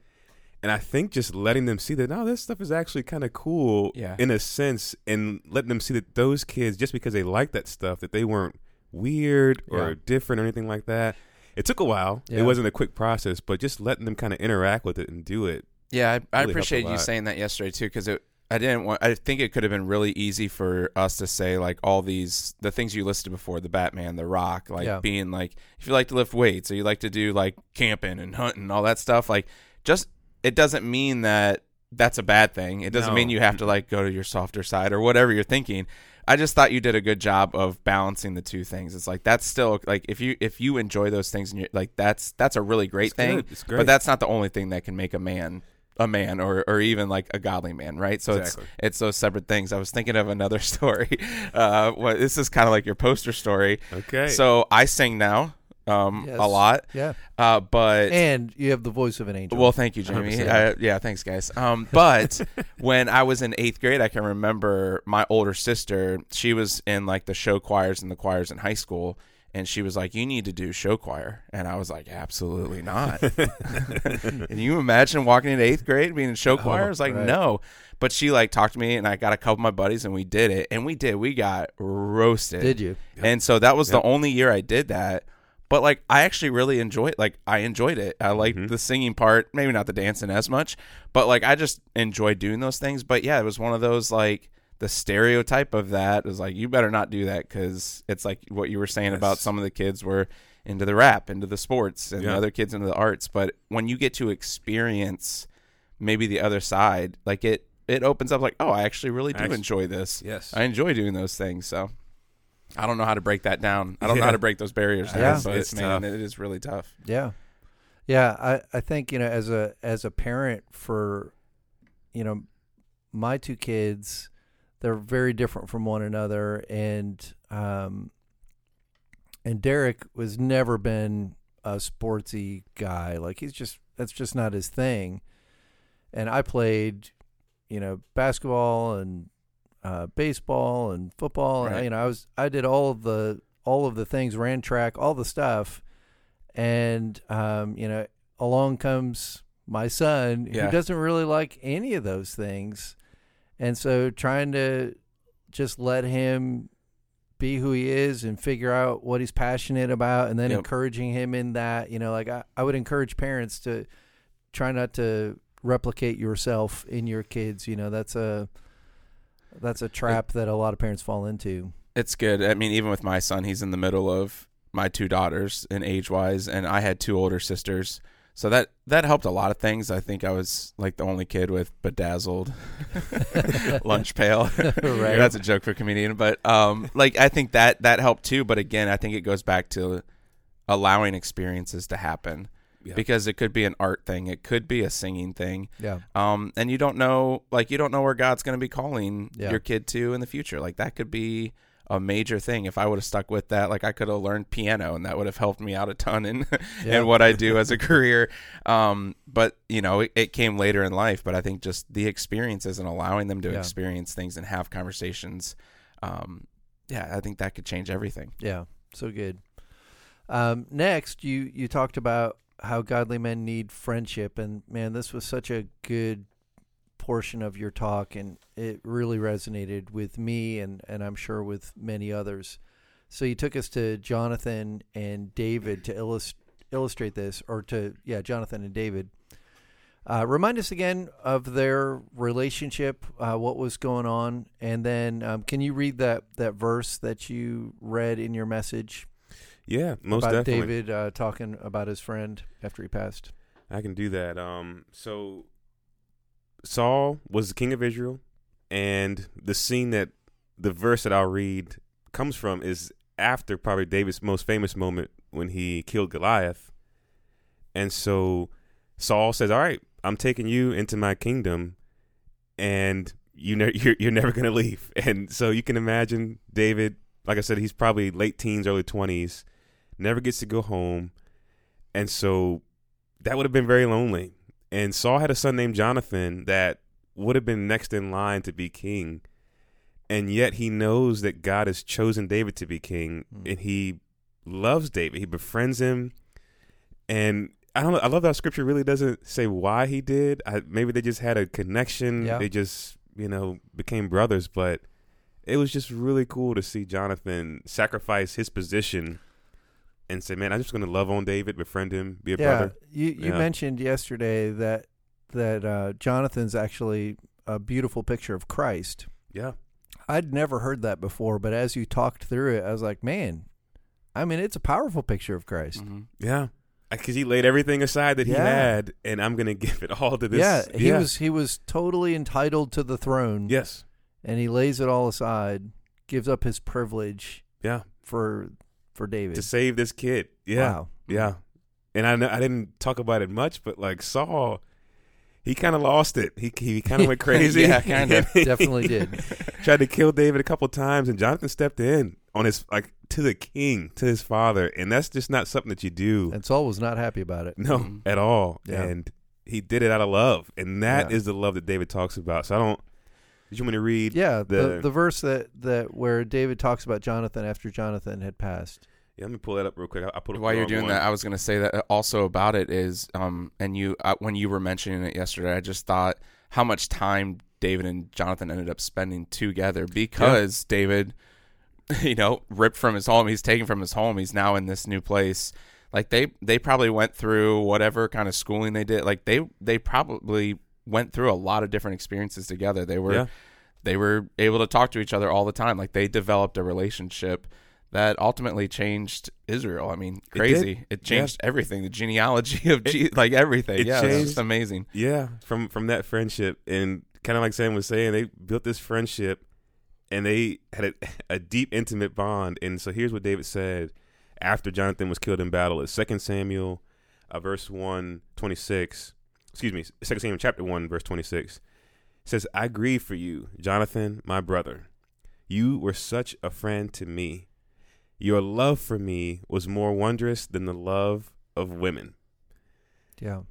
C: And I think just letting them see that, no, this stuff is actually kind of cool
D: Yeah.
C: in a sense, and letting them see that those kids, just because they like that stuff, that they weren't weird or
D: Yeah.
C: different or anything like that. It took a while.
B: Yeah.
C: It wasn't a quick process, but just letting them kind of interact with it and do it.
D: Yeah, I, I
C: Really helped a
D: appreciate you
C: lot.
D: saying that yesterday too, because it. I didn't want. I think it could have been really easy for us to say like all these the things you listed before, the Batman, the Rock, like
B: Yeah.
D: being like if you like to lift weights or you like to do like camping and hunting, all that stuff. Like, just it doesn't mean that that's a bad thing. It doesn't
C: No.
D: mean you have to like go to your softer side or whatever you're thinking. I just thought you did a good job of balancing the two things. It's like that's still like if you if you enjoy those things and you're like that's that's a really great
C: It's
D: thing.
C: good. It's
D: But
C: great.
D: that that's not the only thing that can make a man a man or or even like a godly man right so
C: Exactly.
D: it's it's those separate things i was thinking of another story uh what this is kind of like your poster story
C: Okay.
D: so i sing now um
B: Yes.
D: a lot
B: Yeah.
D: uh but
B: And you have the voice of an angel.
D: well, thank you, Jamie.
C: 100%.
D: I, yeah, thanks, guys. Um, but when I was in eighth grade, I can remember my older sister. She was in like the show choirs and the choirs in high school, and she was like, "You need to do show choir," and I was like, "Absolutely not." and you imagine walking into eighth grade being in show choir? I was like,
B: Oh, right.
D: "No." But she like talked to me, and I got a couple of my buddies, and we did it, and we did. We got roasted.
B: Did you?
D: And so that was the only year I did that. But like I actually really enjoyed like I enjoyed it. I liked
C: Mm-hmm.
D: the singing part, maybe not the dancing as much, but like I just enjoyed doing those things. But yeah, it was one of those like the stereotype of that is like you better not do that cuz it's like what you were saying about some of the kids were into the rap, into the sports, and the
C: Yeah.
D: other kids into the arts, but when you get to experience maybe the other side, like it it opens up like, "Oh, I actually really do
C: Actu-
D: enjoy this."
C: Yes.
D: I enjoy doing those things, so I don't know how to break that down. I don't know how
C: Yeah.
D: to break those barriers.
B: Yeah.
D: Yeah,
B: It's-
D: but
C: it's
D: man,
C: tough.
D: it is really tough.
B: Yeah. Yeah, I, I think, you know, as a as a parent for you know, my two kids, they're very different from one another and um and Derek was never been a sportsy guy. Like he's just that's just not his thing. And I played, you know, basketball and uh, baseball and football. And, I-
D: Right.
B: you know, I was I did all of the all of the things, ran track, all the stuff. And um, you know, along comes my son
D: Yeah.
B: who doesn't really like any of those things. And so trying to just let him be who he is and figure out what he's passionate about and then
D: Yep.
B: encouraging him in that you know like I, I would encourage parents to try not to replicate yourself in your kids you know that's a that's a trap that a lot of parents fall into
D: It's good. I mean, even with my son, he's in the middle of my two daughters in age wise, and I had two older sisters. So that that helped a lot of things. I think I was like the only kid with bedazzled lunch pail.
B: Right.
D: That's a joke for a comedian, but um, like I think that that helped too. But again, I think it goes back to allowing experiences to happen
C: Yeah.
D: because it could be an art thing, it could be a singing thing,
B: yeah
D: um, and you don't know like you don't know where God's going to be calling
B: Yeah.
D: your kid to in the future. Like that could be a major thing. If I would have stuck with that, like I could have learned piano, and that would have helped me out a ton in
B: Yeah.
D: in what I do as a career. Um, but you know, it, it came later in life. But I think just the experiences and allowing them to
B: Yeah.
D: experience things and have conversations. Um, yeah, I think that could change everything.
B: yeah so good um, next you you talked about how godly men need friendship and man this was such a good portion of your talk and it really resonated with me and and I'm sure with many others so you took us to Jonathan and David to illust- illustrate this or to yeah Jonathan and David uh, remind us again of their relationship, uh, what was going on, and then um, can you read that, that verse that you read in your message
C: yeah, most
B: about
C: definitely.
B: David uh, talking about his friend after he passed?
C: I can do that. Um, so Saul was the king of Israel, and the scene that the verse that I'll read comes from is after probably David's most famous moment when he killed Goliath. And so Saul says, "All right, I'm taking you into my kingdom, and you ne- you're, you're never going to leave." And so you can imagine David. Like I said, he's probably late teens, early twenties. Never gets to go home, and so that would have been very lonely. And Saul had a son named Jonathan that would have been next in line to be king, and yet he knows that God has chosen David to be king, and he loves David. He befriends him, and I don't. know. I love how Scripture really doesn't say why he did. I, maybe they just had a connection.
B: Yeah.
C: They just you know became brothers, but. It was just really cool to see Jonathan sacrifice his position and say, "Man, I'm just going to love on David, befriend him, be a
B: yeah,
C: brother."
B: you you
C: Yeah.
B: mentioned yesterday that that uh, Jonathan's actually a beautiful picture of Christ.
C: Yeah,
B: I'd never heard that before, but as you talked through it, I was like, man, I mean, it's a powerful picture of
C: Mm-hmm.
B: Christ.
D: Mhm.
C: yeah, because he laid everything aside that he
B: Yeah.
C: had, and I'm going to give it all to this.
B: yeah, he was he was totally entitled to the throne,
C: Yes.
B: and he lays it all aside, gives up his privilege
C: Yeah.
B: for for David.
C: To save this kid. Yeah.
B: Wow.
C: Yeah. And I know I didn't talk about it much, but like Saul, he kind of lost it. He he kind of went crazy.
D: Yeah, kinda.
B: Definitely did.
C: Tried to kill David a couple times, and Jonathan stepped in on his like to the king, to his father, and that's just not something that you do.
B: And Saul was not happy about it.
C: No,
D: Mhm.
C: at all.
B: mm-hmm. Yeah.
C: And he did it out of love, and that is
B: Yeah.
C: the love that David talks about. So I don't. Did you want me to read?
B: Yeah, the, the
C: The-
B: verse that that where David talks about Jonathan after Jonathan had passed.
C: Yeah, let me pull that up real quick. I, I put up
D: While
C: the
D: you're
C: wrong
D: doing
C: one.
D: that, I was going to say that uh, also about it is, um, and you uh, when you were mentioning it yesterday, I just thought how much time David and Jonathan ended up spending together because David, you know, ripped from his home, he's taken from his home, he's now in this new place. Like they they probably went through whatever kind of schooling they did. Like they they probably went through a lot of different experiences together. They were
C: Yeah.
D: they were able to talk to each other all the time. Like they developed a relationship that ultimately changed Israel. I mean,
C: did.
D: crazy. It, changed everything. The genealogy of Je- like everything.
C: it
D: yeah, it's
C: changed-
D: just amazing.
C: yeah, from from that friendship, and kind of like Sam was saying, they built this friendship, and they had a, a deep, intimate bond. And so here's what David said after Jonathan was killed in battle: It's Second Samuel, uh, verse one twenty six. Excuse me, Second Samuel chapter one, verse twenty six. It says, I grieve for you, Jonathan, my brother. You were such a friend to me. Your love for me was more wondrous than the love of women.
B: Yeah.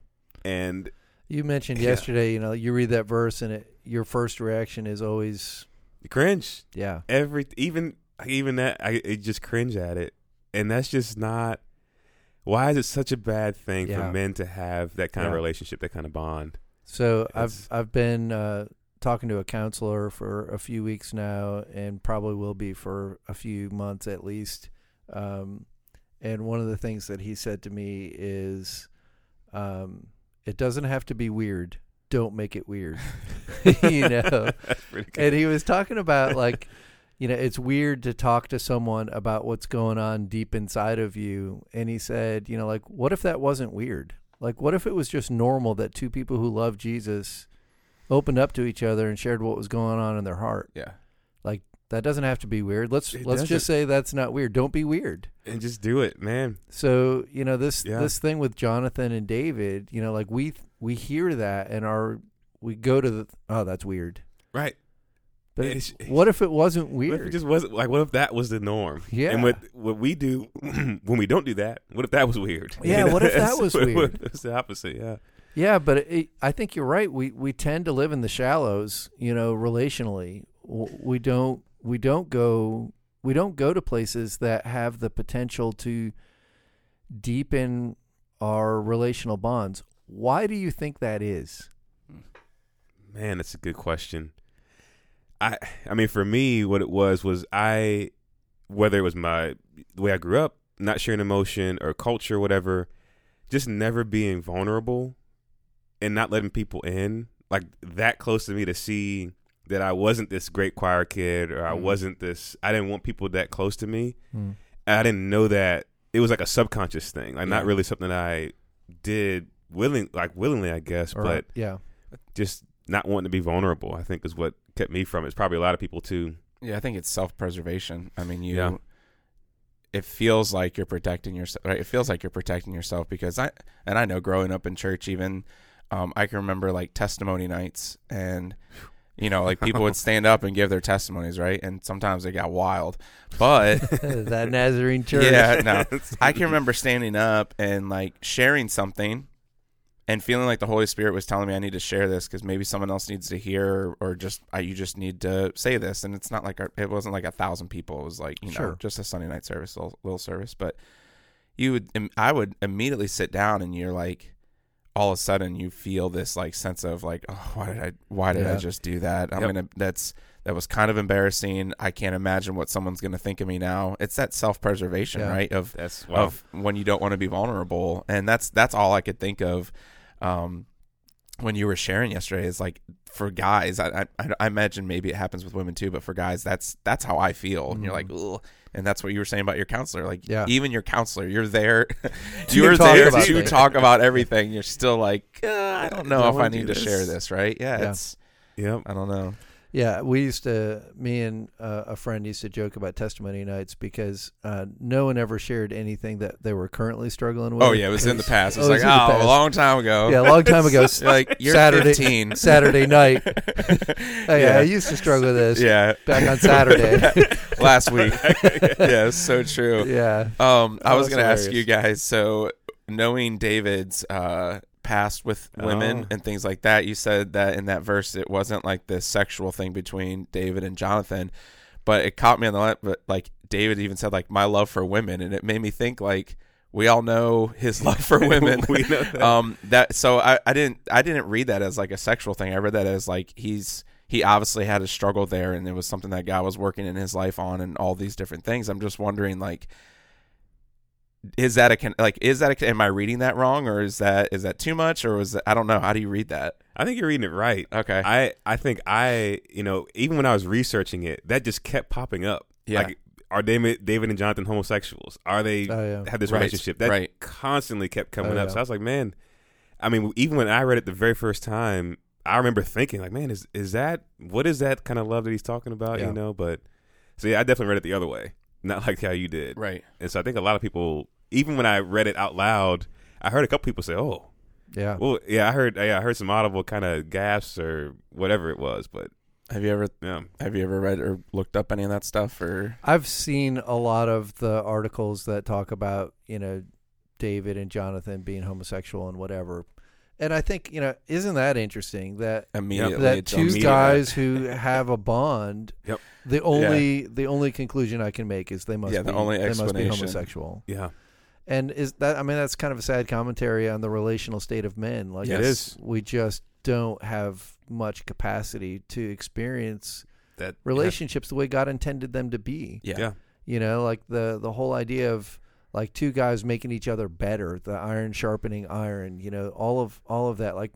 C: And
B: You mentioned
C: Yeah.
B: yesterday, you know, you read that verse and it your first reaction is always
C: you cringe.
B: yeah.
C: Every even like, even that I it just cringe at it. And that's just not why is it such a bad thing
B: Yeah.
C: for men to have that kind of
B: Yeah.
C: relationship, that kind of bond?
B: So
C: It's-
B: I've I've been uh, talking to a counselor for a few weeks now, and probably will be for a few months at least. Um, and one of the things that he said to me is, um, "It doesn't have to be weird. Don't make it weird." you know,
C: That's pretty good.
B: and he was talking about like you know it's weird to talk to someone about what's going on deep inside of you and he said you know like what if that wasn't weird like what if it was just normal that two people who love jesus opened up to each other and shared what was going on in their heart
D: Yeah.
B: that doesn't have to be weird let's
C: It
B: let's just
C: doesn't.
B: say that's not weird don't be weird
C: and just do it, man.
B: so you know this
C: Yeah.
B: this thing with Jonathan and David you know like we we hear that and our we go to the oh that's weird
C: Right.
B: but
C: It's-
B: what if it wasn't
C: What
B: weird
C: if it just wasn't like what if that was the norm?
B: Yeah.
C: And what what we do when we don't do that, what if that was weird?
B: Yeah, what if that
C: that's-
B: was
C: what- what
B: weird?
C: if It's the opposite, yeah.
B: Yeah, but it, I think you're right. We we tend to live in the shallows, you know, relationally. W- We don't we don't go we don't go to places that have the potential to deepen our relational bonds. Why do you think that is?
C: Man, that's a good question. I I mean for me what it was was I whether it was my the way I grew up, not sharing emotion or culture whatever, just never being vulnerable and not letting people in like that close to me to see that I wasn't this great choir kid or I
D: Mm.
C: wasn't this I didn't want people that close to me.
B: Hmm.
C: And I didn't know that it was like a subconscious thing, like not
D: Yeah.
C: really something I did willing like willingly I guess,
B: Or-
C: but
B: yeah,
C: just not wanting to be vulnerable, I think is what kept me from it. It's probably a lot of people too.
D: Yeah, I think it's self-preservation. I mean, you
C: Yeah.
D: it feels like you're protecting yourself, right? It feels like you're protecting yourself because I and I know growing up in church even um, I can remember like testimony nights and you know, like people would stand up and give their testimonies, right? And sometimes they got wild. But
B: that Nazarene church.
D: Yeah, no. I can remember standing up and like sharing something and feeling like the Holy Spirit was telling me I need to share this because maybe someone else needs to hear, or, or just I, you just need to say this. And it's not like our, it wasn't like a thousand people. It was like you know
B: Sure.
D: just a Sunday night service, little, little service. But you would, im- I would immediately sit down, and you're like, all of a sudden you feel this like sense of like, oh, why did I, why did I
B: Yeah.
D: just do that? I'm
C: Yep.
D: gonna that's that was kind of embarrassing. I can't imagine what someone's gonna think of me now. It's that self preservation,
B: Yeah.
D: right? Of
C: That's wow.
D: of when you don't want to be vulnerable and that's that's all i could think of um when you were sharing yesterday is like for guys I, I i imagine maybe it happens with women too but for guys that's that's how i feel and you're like Ugh. and that's what you were saying about your counselor like
B: Mm-hmm. Yeah.
D: even your counselor you're there you're
B: talk
D: there
B: about
D: to
B: things.
D: talk about everything you're still like "Uh, i don't know
C: Don't
D: if
C: wanna
D: i need
C: do
D: to share
C: this."
D: this right yeah,
B: Yeah.
D: it's
C: Yep.
D: i don't know
B: Yeah, we used to. Me and uh, a friend used to joke about testimony nights because uh, no one ever shared anything that they were currently struggling with.
D: oh yeah it was in the past it was
B: Oh, it was
D: like
B: in the
D: oh a
B: past."
D: long time ago
B: yeah, a long time ago. s-
D: like you're
B: Saturday,
D: 15
B: Saturday night. Oh, yeah, I
D: Yeah.
B: used to struggle with this.
D: yeah
B: back on Saturday.
D: last week. yeah, it's so true.
B: yeah,
D: Um, I
B: Oh,
D: was
B: that's
D: going to ask
B: hilarious.
D: you guys. So, knowing David's uh, past with women
C: Oh.
D: and things like that, you said that in that verse it wasn't like this sexual thing between David and Jonathan, but it caught me on the left. But like David even said, like my love for women, and it made me think like. We all know his love for women.
C: We know that.
D: Um, that so I, I didn't I didn't read that as like a sexual thing. I read that as like he's he obviously had a struggle there, and it was something that God was working in his life on, and all these different things. I'm just wondering, like, is that a con- like is that a, am I reading that wrong, or is that is that too much, or was that, I don't know. How do you read that?
C: I think you're reading it right.
D: Okay,
C: I I think I you know even when I was researching it, that just kept popping up.
D: Yeah.
C: Like, are David David and Jonathan homosexuals? Are they
B: Oh, yeah.
C: have this
D: Right,
C: relationship that
D: right.
C: constantly kept coming
B: Oh,
C: up?
B: yeah.
C: So I was like, man, I mean, even when I read it the very first time, I remember thinking like, man, is is that what is that kind of love that he's talking about?
B: Yeah.
C: You know, but so yeah, I definitely read it the other way, not like how you did.
D: right.
C: And so I think a lot of people, even when I read it out loud, I heard a couple people say, oh.
B: yeah.
C: Well, yeah, I heard. Yeah, I heard some audible kind of gasps or whatever it was, but
D: Have you ever
C: yeah,
D: have you ever read or looked up any of that stuff, or
B: I've seen a lot of the articles that talk about, you know, David and Jonathan being homosexual and whatever. And I think, you know, isn't that interesting that
D: immediately
B: that
D: it
B: two
D: jumps to
B: guys who have a bond
C: Yep.
B: the only the only conclusion I can make is they must
D: Yeah, the
B: be,
D: only
B: they must be
D: explanation.
B: homosexual.
C: yeah,
B: And is that I mean that's kind of a sad commentary on the relational state of men. Like
C: It
B: it's-
C: is.
B: we just don't have much capacity to experience
C: that
B: relationships the way God intended them to be
D: yeah.
C: Yeah,
B: you know like the the whole idea of like two guys making each other better the iron sharpening iron you know all of all of that like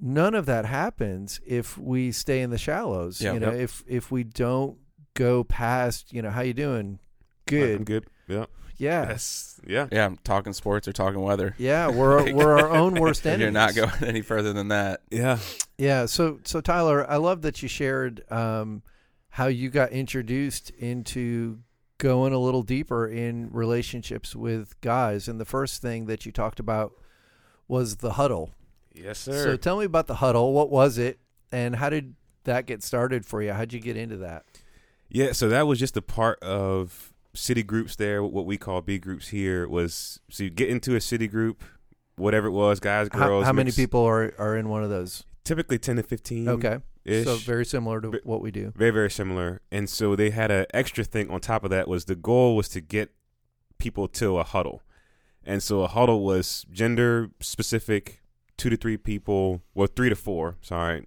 B: none of that happens if we stay in the shallows
D: Yeah.
B: you know if if we don't go past you know how you doing
C: good, I'm
B: good
C: good. Yeah,
B: yeah
C: that's yeah.
D: yeah. I'm talking sports or talking weather.
B: yeah we're we're our own worst enemies
D: You're not going any further than that.
C: Yeah,
B: Yeah. So, so Tyler, I love that you shared um, how you got introduced into going a little deeper in relationships with guys. And the first thing that you talked about was the huddle.
C: yes,
B: So,
C: sir.
B: tell me about the huddle. What was it, and how did that get started for you? How'd you get into that?
C: yeah, so that was just a part of city groups there. What we call B groups here was so you get into a city group, whatever it was, guys,
B: How-
C: girls.
B: how many
C: mixed-
B: people are are in one of those?
C: Typically ten to fifteen.
B: Okay,
C: Mm-hmm. ish.
B: so very similar to
C: Ve-
B: what we do.
C: very very similar. And so they had an extra thing on top of that was the goal was to get people to a huddle. And so a huddle was gender specific, two to three people, well, three to four, sorry.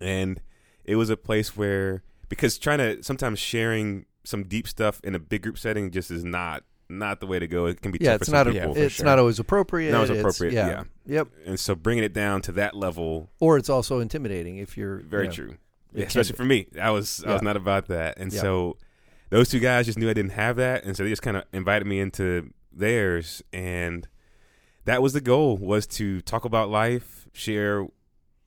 C: And it was a place where, because trying to sometimes sharing some deep stuff in a big group setting just is not not the way to go. It can be
B: Yeah,
C: tough
B: it's
C: for
B: not
C: some
B: a,
C: people.
D: for
B: it's
D: sure.
B: not always appropriate.
C: Not always
B: It's-
C: appropriate, yeah.
B: Yep.
C: and so bringing it down to that level
B: Or it's also intimidating if you're you
C: Very
B: know,
C: true.
B: it can
C: especially
B: be.
C: for me. I was I was
B: Yeah.
C: not about that. And
B: Yeah.
C: so those two guys just knew I didn't have that and so they just kind of invited me into theirs and that was the goal was to talk about life, share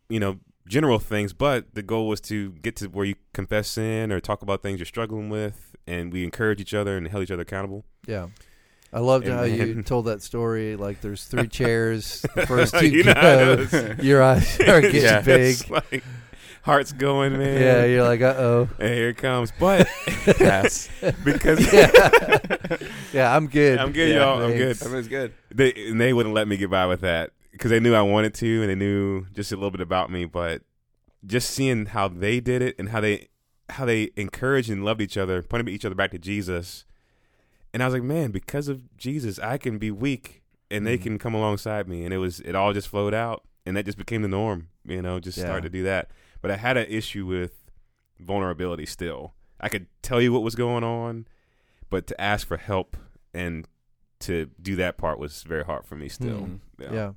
C: you know general things, but the goal was to get to where you confess sin or talk about things you're struggling with and we encourage each other and held each other accountable.
B: Yeah. I loved how you
C: Amen.
B: told that story. Like there's three chairs. The first two
C: You know how it
B: go. Your eyes are getting
C: It's just
B: big.
C: like heart's going, man.
B: Yeah, you're like, uh oh.
C: And here it comes. But
D: Yes,
C: because
B: Yeah. yeah, I'm good.
C: I'm good, y'all. I'm good.
D: that was good.
C: They and they wouldn't let me get by with that. because they knew I wanted to, and they knew just a little bit about me. But just seeing how they did it and how they how they encouraged and loved each other, pointed each other back to Jesus, and I was like, man, because of Jesus, I can be weak, and they can come alongside me. And it was it all just flowed out, and that just became the norm. You know, just
B: Yeah.
C: started to do that. But I had an issue with vulnerability still. I could tell you what was going on, but to ask for help and to do that part was very hard for me still.
B: Mhm.
C: Yeah.
B: Yeah.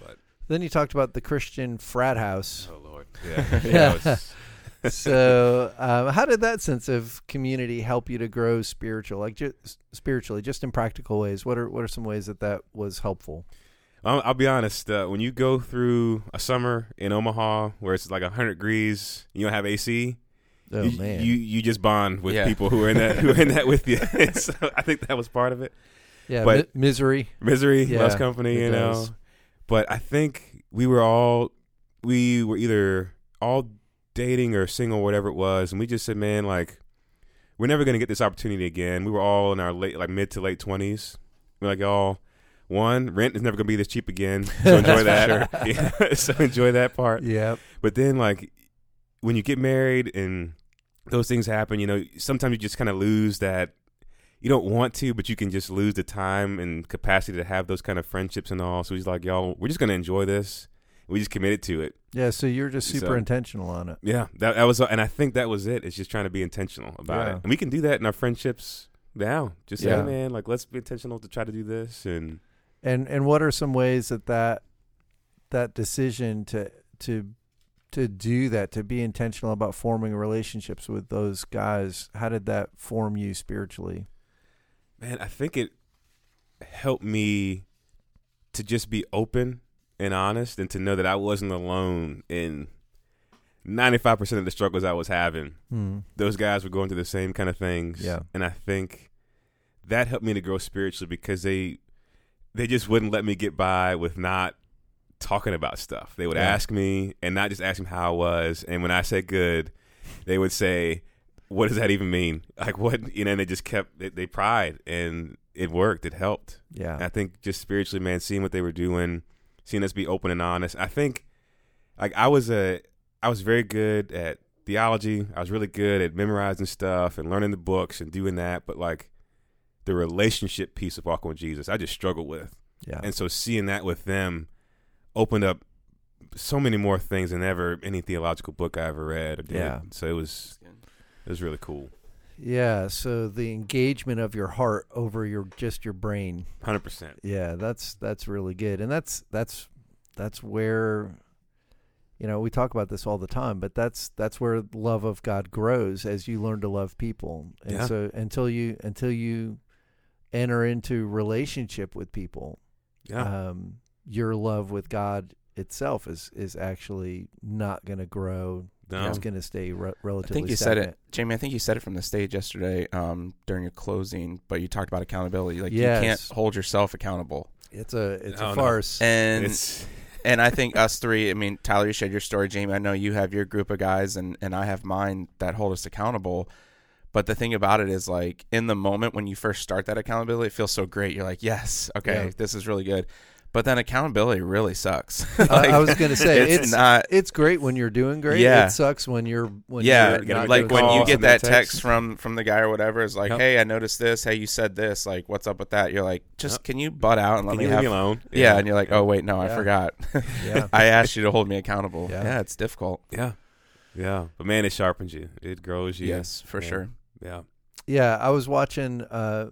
C: But-
B: then you talked about the Christian frat house.
C: Oh Lord. Yeah.
B: Yeah.
C: yeah. it was-
B: so, um, how did that sense of community help you to grow spiritual, like just spiritually, just in practical ways? What are what are some ways that that was helpful?
C: I'll, I'll be honest. Uh, when you go through a summer in Omaha where it's like 100 degrees, you don't have AC.
B: Oh
C: you,
B: man,
C: you you just bond with
D: Yeah.
C: people who are in that who are in that with you. so I think that was part of it.
B: yeah,
C: but-
B: mi- misery.
C: Misery
B: Yeah,
C: loves company,
B: it
C: you know.
B: does.
C: But I think we were all we were either all dating or single, whatever it was, and we just said, man, like we're never gonna get this opportunity again. We were all in our late, like mid to late twenties. We're like, y'all, one rent is never gonna be this cheap again, so enjoy that. Yeah, so enjoy that part.
B: Yeah,
C: But then, like, when you get married and those things happen, you know, sometimes you just kind of lose that. You don't want to, but you can just lose the time and capacity to have those kind of friendships and all. So he's like, y'all, we're just gonna enjoy this. We just committed to it.
B: yeah. So you're just super
C: So-
B: intentional on it.
C: Yeah, that, that was, and I think that was it. It's just trying to be intentional about
B: Yeah.
C: it, and we can do that in our friendships now. Just say,
B: Yeah.
C: hey, man, like let's be intentional to try to do this, and
B: And and what are some ways that that that decision to to to do that to be intentional about forming relationships with those guys? How did that form you spiritually?
C: Man, I think it helped me to just be open and honest and to know that I wasn't alone in 95% of the struggles I was having.
B: Hmm.
C: Those guys were going through the same kind of things.
B: Yeah.
C: And I think that helped me to grow spiritually because they they just wouldn't let me get by with not talking about stuff. They would
B: Yeah.
C: ask me and not just ask me how I was. And when I said good, they would say, "What does that even mean?" Like what you know? And they just kept they, they pried, and it worked. It helped.
B: Yeah,
C: And I think just spiritually, man, seeing what they were doing, seeing us be open and honest. I think like I was a I was very good at theology. I was really good at memorizing stuff and learning the books and doing that. But like the relationship piece of walking with Jesus, I just struggled with.
B: yeah.
C: And so seeing that with them opened up so many more things than ever any theological book I ever read. Or did.
B: Yeah.
C: So it was it was really cool.
B: Yeah, so the engagement of your heart over your just your brain.
C: Hundred percent.
B: Yeah, that's that's really good. And that's that's that's where you know, we talk about this all the time, but that's that's where love of God grows as you learn to love people. And
C: Yeah.
B: so until you until you enter into relationship with people,
C: Yeah.
D: Uh,
B: um your love with God itself is is actually not going to grow.
C: no.
B: It's going to stay re-
D: I
B: relatively
D: think you said
B: stagnant.
D: it, Jamie. I think you said it from the stage yesterday um, during your closing, but you talked about accountability. Like you can't
B: Yes.
D: hold yourself accountable,
B: It's a it's
C: No,
B: a
C: no.
B: farce.
D: and
C: it's
D: and I think us three. I mean, Tyler, you shared your story. Jamie, I know you have your group of guys, and and I have mine that hold us accountable. But the thing about it is, like in the moment when you first start that accountability, it feels so great. You're like, yes, okay,
B: Yeah.
D: this is really good. But then accountability really sucks.
B: I- I was gonna say,
D: it's,
B: it's-
D: not.
B: it's great when you're doing great.
D: Yeah.
B: It sucks when you're when
D: yeah,
B: you're not
D: like
B: doing
D: when
B: so
D: you
B: well.
C: calls,
D: get
C: somebody
D: that
C: to
D: text.
C: text.
D: from from the guy or whatever, it's like,
C: Yep.
D: hey, I noticed this. Hey, you said this. Like, what's up with that? You're like, just can you butt out and let
C: can
D: me
C: you leave
D: have?
C: me alone?
D: Yeah, and you're like, oh wait, no, I
B: Yeah.
D: forgot.
B: Yeah.
D: I asked you to hold me accountable.
B: Yeah.
D: Yeah, it's difficult.
C: Yeah. Yeah. But man, it sharpens you. It grows you.
D: Yes, for
C: Yeah.
D: sure.
C: Yeah.
B: yeah, I was watching uh,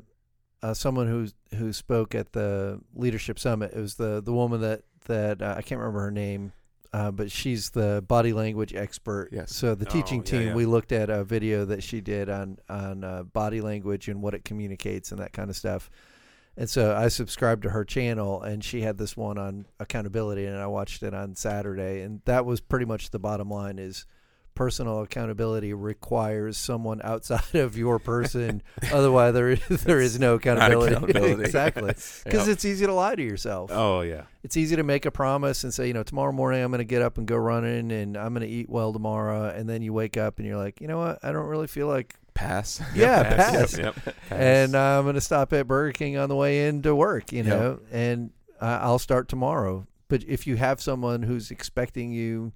B: uh, someone who who spoke at the leadership summit. It was the the woman that that uh, I can't remember her name, uh, but she's the body language expert.
D: Yes.
B: So the
C: Oh,
B: teaching
C: yeah,
B: team,
C: yeah.
B: we looked at a video that she did on on uh, body language and what it communicates and that kind of stuff. And so I subscribed to her channel, and she had this one on accountability, and I watched it on Saturday, and that was pretty much the bottom line: is personal accountability requires someone outside of your person. Otherwise, there is, there is no accountability.
D: accountability.
B: exactly, because
D: Yep.
B: it's easy to lie to yourself.
C: Oh yeah.
B: It's easy to make a promise and say, you know, tomorrow morning I'm going to get up and go running, and I'm going to eat well tomorrow. And then you wake up and you're like, you know what? I don't really feel like.
D: pass.
B: Yeah, pass.
C: Yep. yep.
B: And uh, I'm going to stop at Burger King on the way into work. You
D: Yep.
B: know, and uh, I'll start tomorrow. But if you have someone who's expecting you,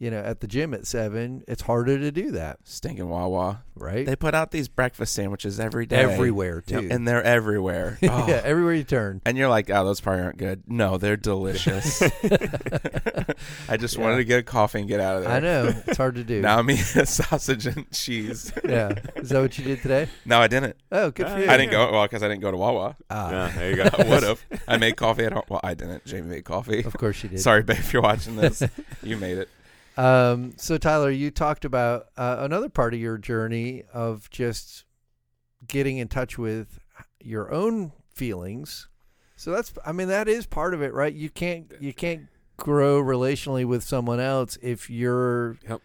B: you know, at the gym at seven, it's harder to do that,
D: Stinking Wawa.
B: right?
D: They put out these breakfast sandwiches every day.
B: everywhere too.
D: And they're everywhere. Oh.
B: yeah, everywhere you turn.
D: And you're like, oh, those probably aren't good. No, they're delicious. I just wanted to get a coffee and get out of there.
B: I know it's hard to do.
D: Now I'm eating a sausage and cheese.
B: Yeah, is that what you did today?
D: No, I didn't.
B: Oh, good for you.
D: I didn't go well because I didn't go to Wawa.
B: Ah,
C: Yeah, there you
D: I
C: go.
D: would have. I made coffee at home. Well, I didn't. Jamie made coffee.
B: of course you did.
D: Sorry, babe, if you're watching this, you made it.
B: Um, so Tyler, you talked about uh, another part of your journey of just getting in touch with your own feelings. So that's, I mean, that is part of it, right? You can't, you can't grow relationally with someone else if you're,
C: Yep.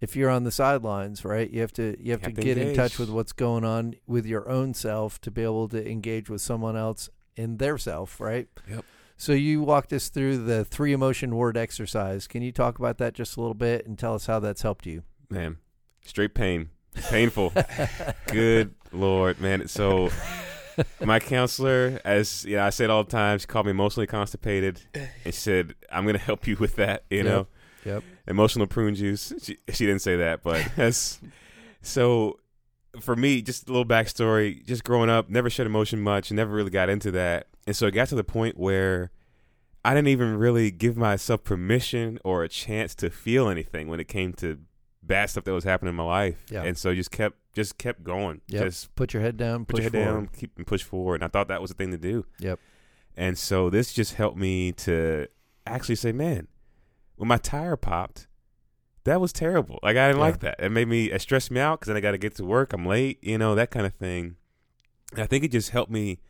B: if you're on the sidelines, right? You have to, you have
C: Have
B: to
C: to
B: get in
C: engage.
B: touch with what's going on with your own self to be able to engage with someone else in their self, right?
C: Yep.
B: So you walked us through the three emotion word exercise. Can you talk about that just a little bit and tell us how that's helped you?
C: man. Straight pain, painful. Good lord, man. It's So my counselor, as you know, I say it all the time, she called me emotionally constipated, and she said, "I'm going to help you with that." You
B: Yep.
C: know,
B: Yep.
C: emotional prune juice. She, she didn't say that, but that's so. For me, just a little backstory. Just growing up, never showed emotion much, never really got into that, and so it got to the point where I didn't even really give myself permission or a chance to feel anything when it came to bad stuff that was happening in my life,
B: Yeah.
C: and so just kept just kept going,
B: Yep.
C: just
B: Put your head down.
C: put
B: push
C: your head
B: forward.
C: down, keep and push forward. And I thought that was the thing to do.
B: Yep.
C: And so this just helped me to actually say, man, when my tire popped, that was terrible. Like I didn't
B: Yeah.
C: like that. It made me, it stressed me out because then I got to get to work. I'm late, you know, that kind of thing. And I think it just helped me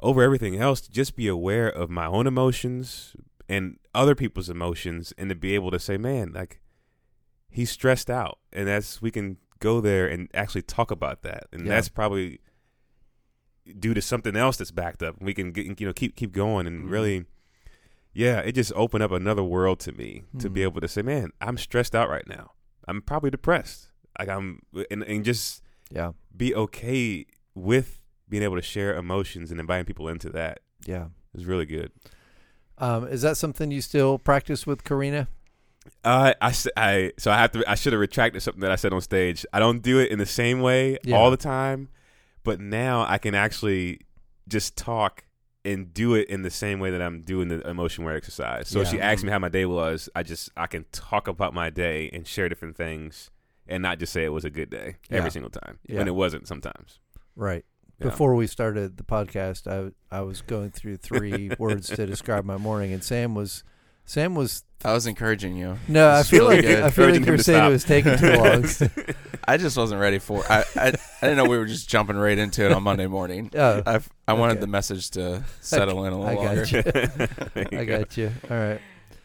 C: over everything else to just be aware of my own emotions and other people's emotions and to be able to say, man, like he's stressed out. And that's, we can go there and actually talk about that. And
B: Yeah.
C: that's probably due to something else that's backed up. We can get, you know, keep, keep going and
D: Mhm.
C: really, yeah, it just opened up another world to me to be
B: Mhm.
C: able to say, man, I'm stressed out right now. I'm probably depressed. Like I'm, and, and just
B: Yeah.
C: be okay with being able to share emotions and inviting people into that
B: Yeah.
C: is really good.
B: Um, is that something you still practice with Karina?
C: Uh, I, s- I- so I have to I should have retracted something that I said on stage. I don't do it in the same way
B: Yeah.
C: all the time, but now I can actually just talk and do it in the same way that I'm doing the emotion wear exercise. So
B: Yeah.
C: if
B: Mm-hmm.
C: she asks me how my day was, I just I can talk about my day and share different things and not just say it was a good day
B: Yeah.
C: every single time
B: Yeah.
C: when it wasn't sometimes.
B: Right.
C: Yeah.
B: Before we started the podcast, I I was going through three words to describe my morning, and Sam was Sam was
D: I was encouraging you.
B: no. I
D: It's
B: feel
D: really
B: like
D: good.
B: I feel like
C: Encouraging
B: you were
C: him to
B: saying it
C: stop.
B: was taking too long.
D: I just wasn't ready for. I I, I didn't know we were just jumping right into it on Monday morning.
B: Oh,
D: I I wanted
B: Okay.
D: the message to settle in a
B: I
D: little
B: got
D: longer.
B: you.
C: There you
B: I
C: go.
B: got you. All right.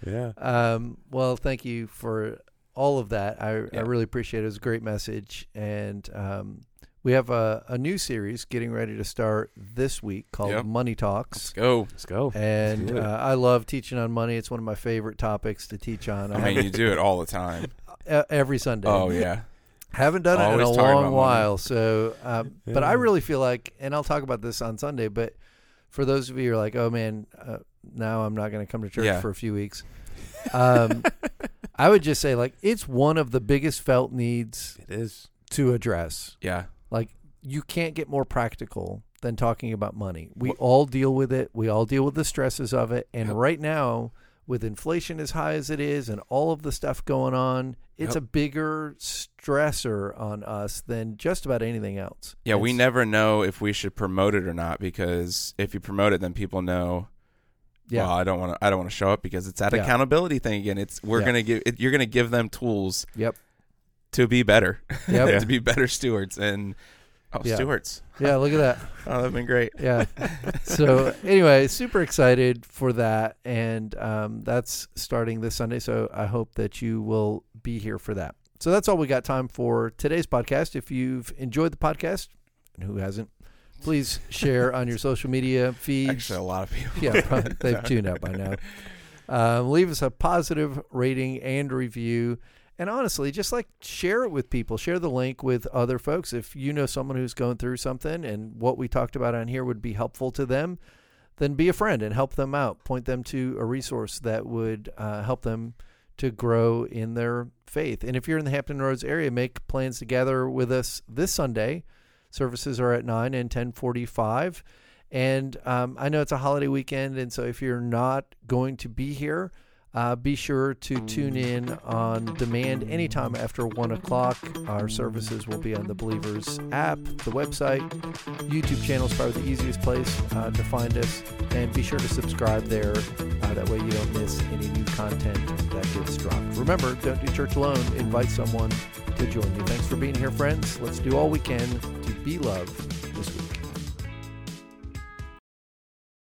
C: Yeah.
B: Um, well, thank you for all of that. I, I
D: Yeah.
B: really appreciate it. It was a great message. And um, we have a, a new series getting ready to start this week called
D: Yep.
B: Money Talks.
D: Let's go.
C: Let's go.
B: And
C: do it.
B: uh, I love teaching on money. It's one of my favorite topics to teach on.
D: I mean, you do it all the time.
B: e- every Sunday.
D: Oh yeah.
B: Haven't done it in
D: Always
B: a
D: talking about
B: long
D: money.
B: while. So, um, but I
C: Yeah.
B: really feel like, and I'll talk about this on Sunday. But for those of you who are like, "Oh man, uh, now I'm not going to come to church
D: Yeah.
B: for a few weeks," um, I would just say like it's one of the biggest felt needs
C: It is.
B: to address.
D: Yeah.
B: Like you can't get more practical than talking about money. We all deal with it. We all deal with the stresses of it. And
D: Yep.
B: right now, with inflation as high as it is and all of the stuff going on, it's
D: Yep.
B: a bigger stressor on us than just about anything else.
D: Yeah, we
B: It's-
D: never know if we should promote it or not because if you promote it, then people know.
B: Yeah.
D: Well, I don't want to. I don't want to show up because it's that
B: Yeah.
D: accountability thing again. It's we're
B: Yeah.
D: gonna give. It, you're gonna give them tools.
B: Yep.
D: To be better.
B: Yep.
D: to be better stewards and oh
B: Yeah.
D: stewards.
B: Yeah, look at that.
D: Oh, that'd been great.
B: Yeah. So anyway, super excited for that, and um, that's starting this Sunday. So I hope that you will be here for that. So that's all we got time for today's podcast. If you've enjoyed the podcast, and who hasn't, please share on your social media feeds.
D: Actually, a lot of people.
B: yeah, probably, they've tuned out by now. Um, leave us a positive rating and review. And honestly, just like share it with people, share the link with other folks. If you know someone who's going through something and what we talked about on here would be helpful to them, then be a friend and help them out. Point them to a resource that would uh, help them to grow in their faith. And if you're in the Hampton Roads area, make plans to gather with us this Sunday. Services are at nine and ten forty-five. And um, I know it's a holiday weekend, and so if you're not going to be here, uh, be sure to tune in on demand anytime after one o'clock. Our services will be on the Believers app, the website, YouTube channel is probably the easiest place uh, to find us. And be sure to subscribe there. Uh, that way you don't miss any new content that gets dropped. Remember, don't do church alone. Invite someone to join you. Thanks for being here, friends. Let's do all we can to be love this week.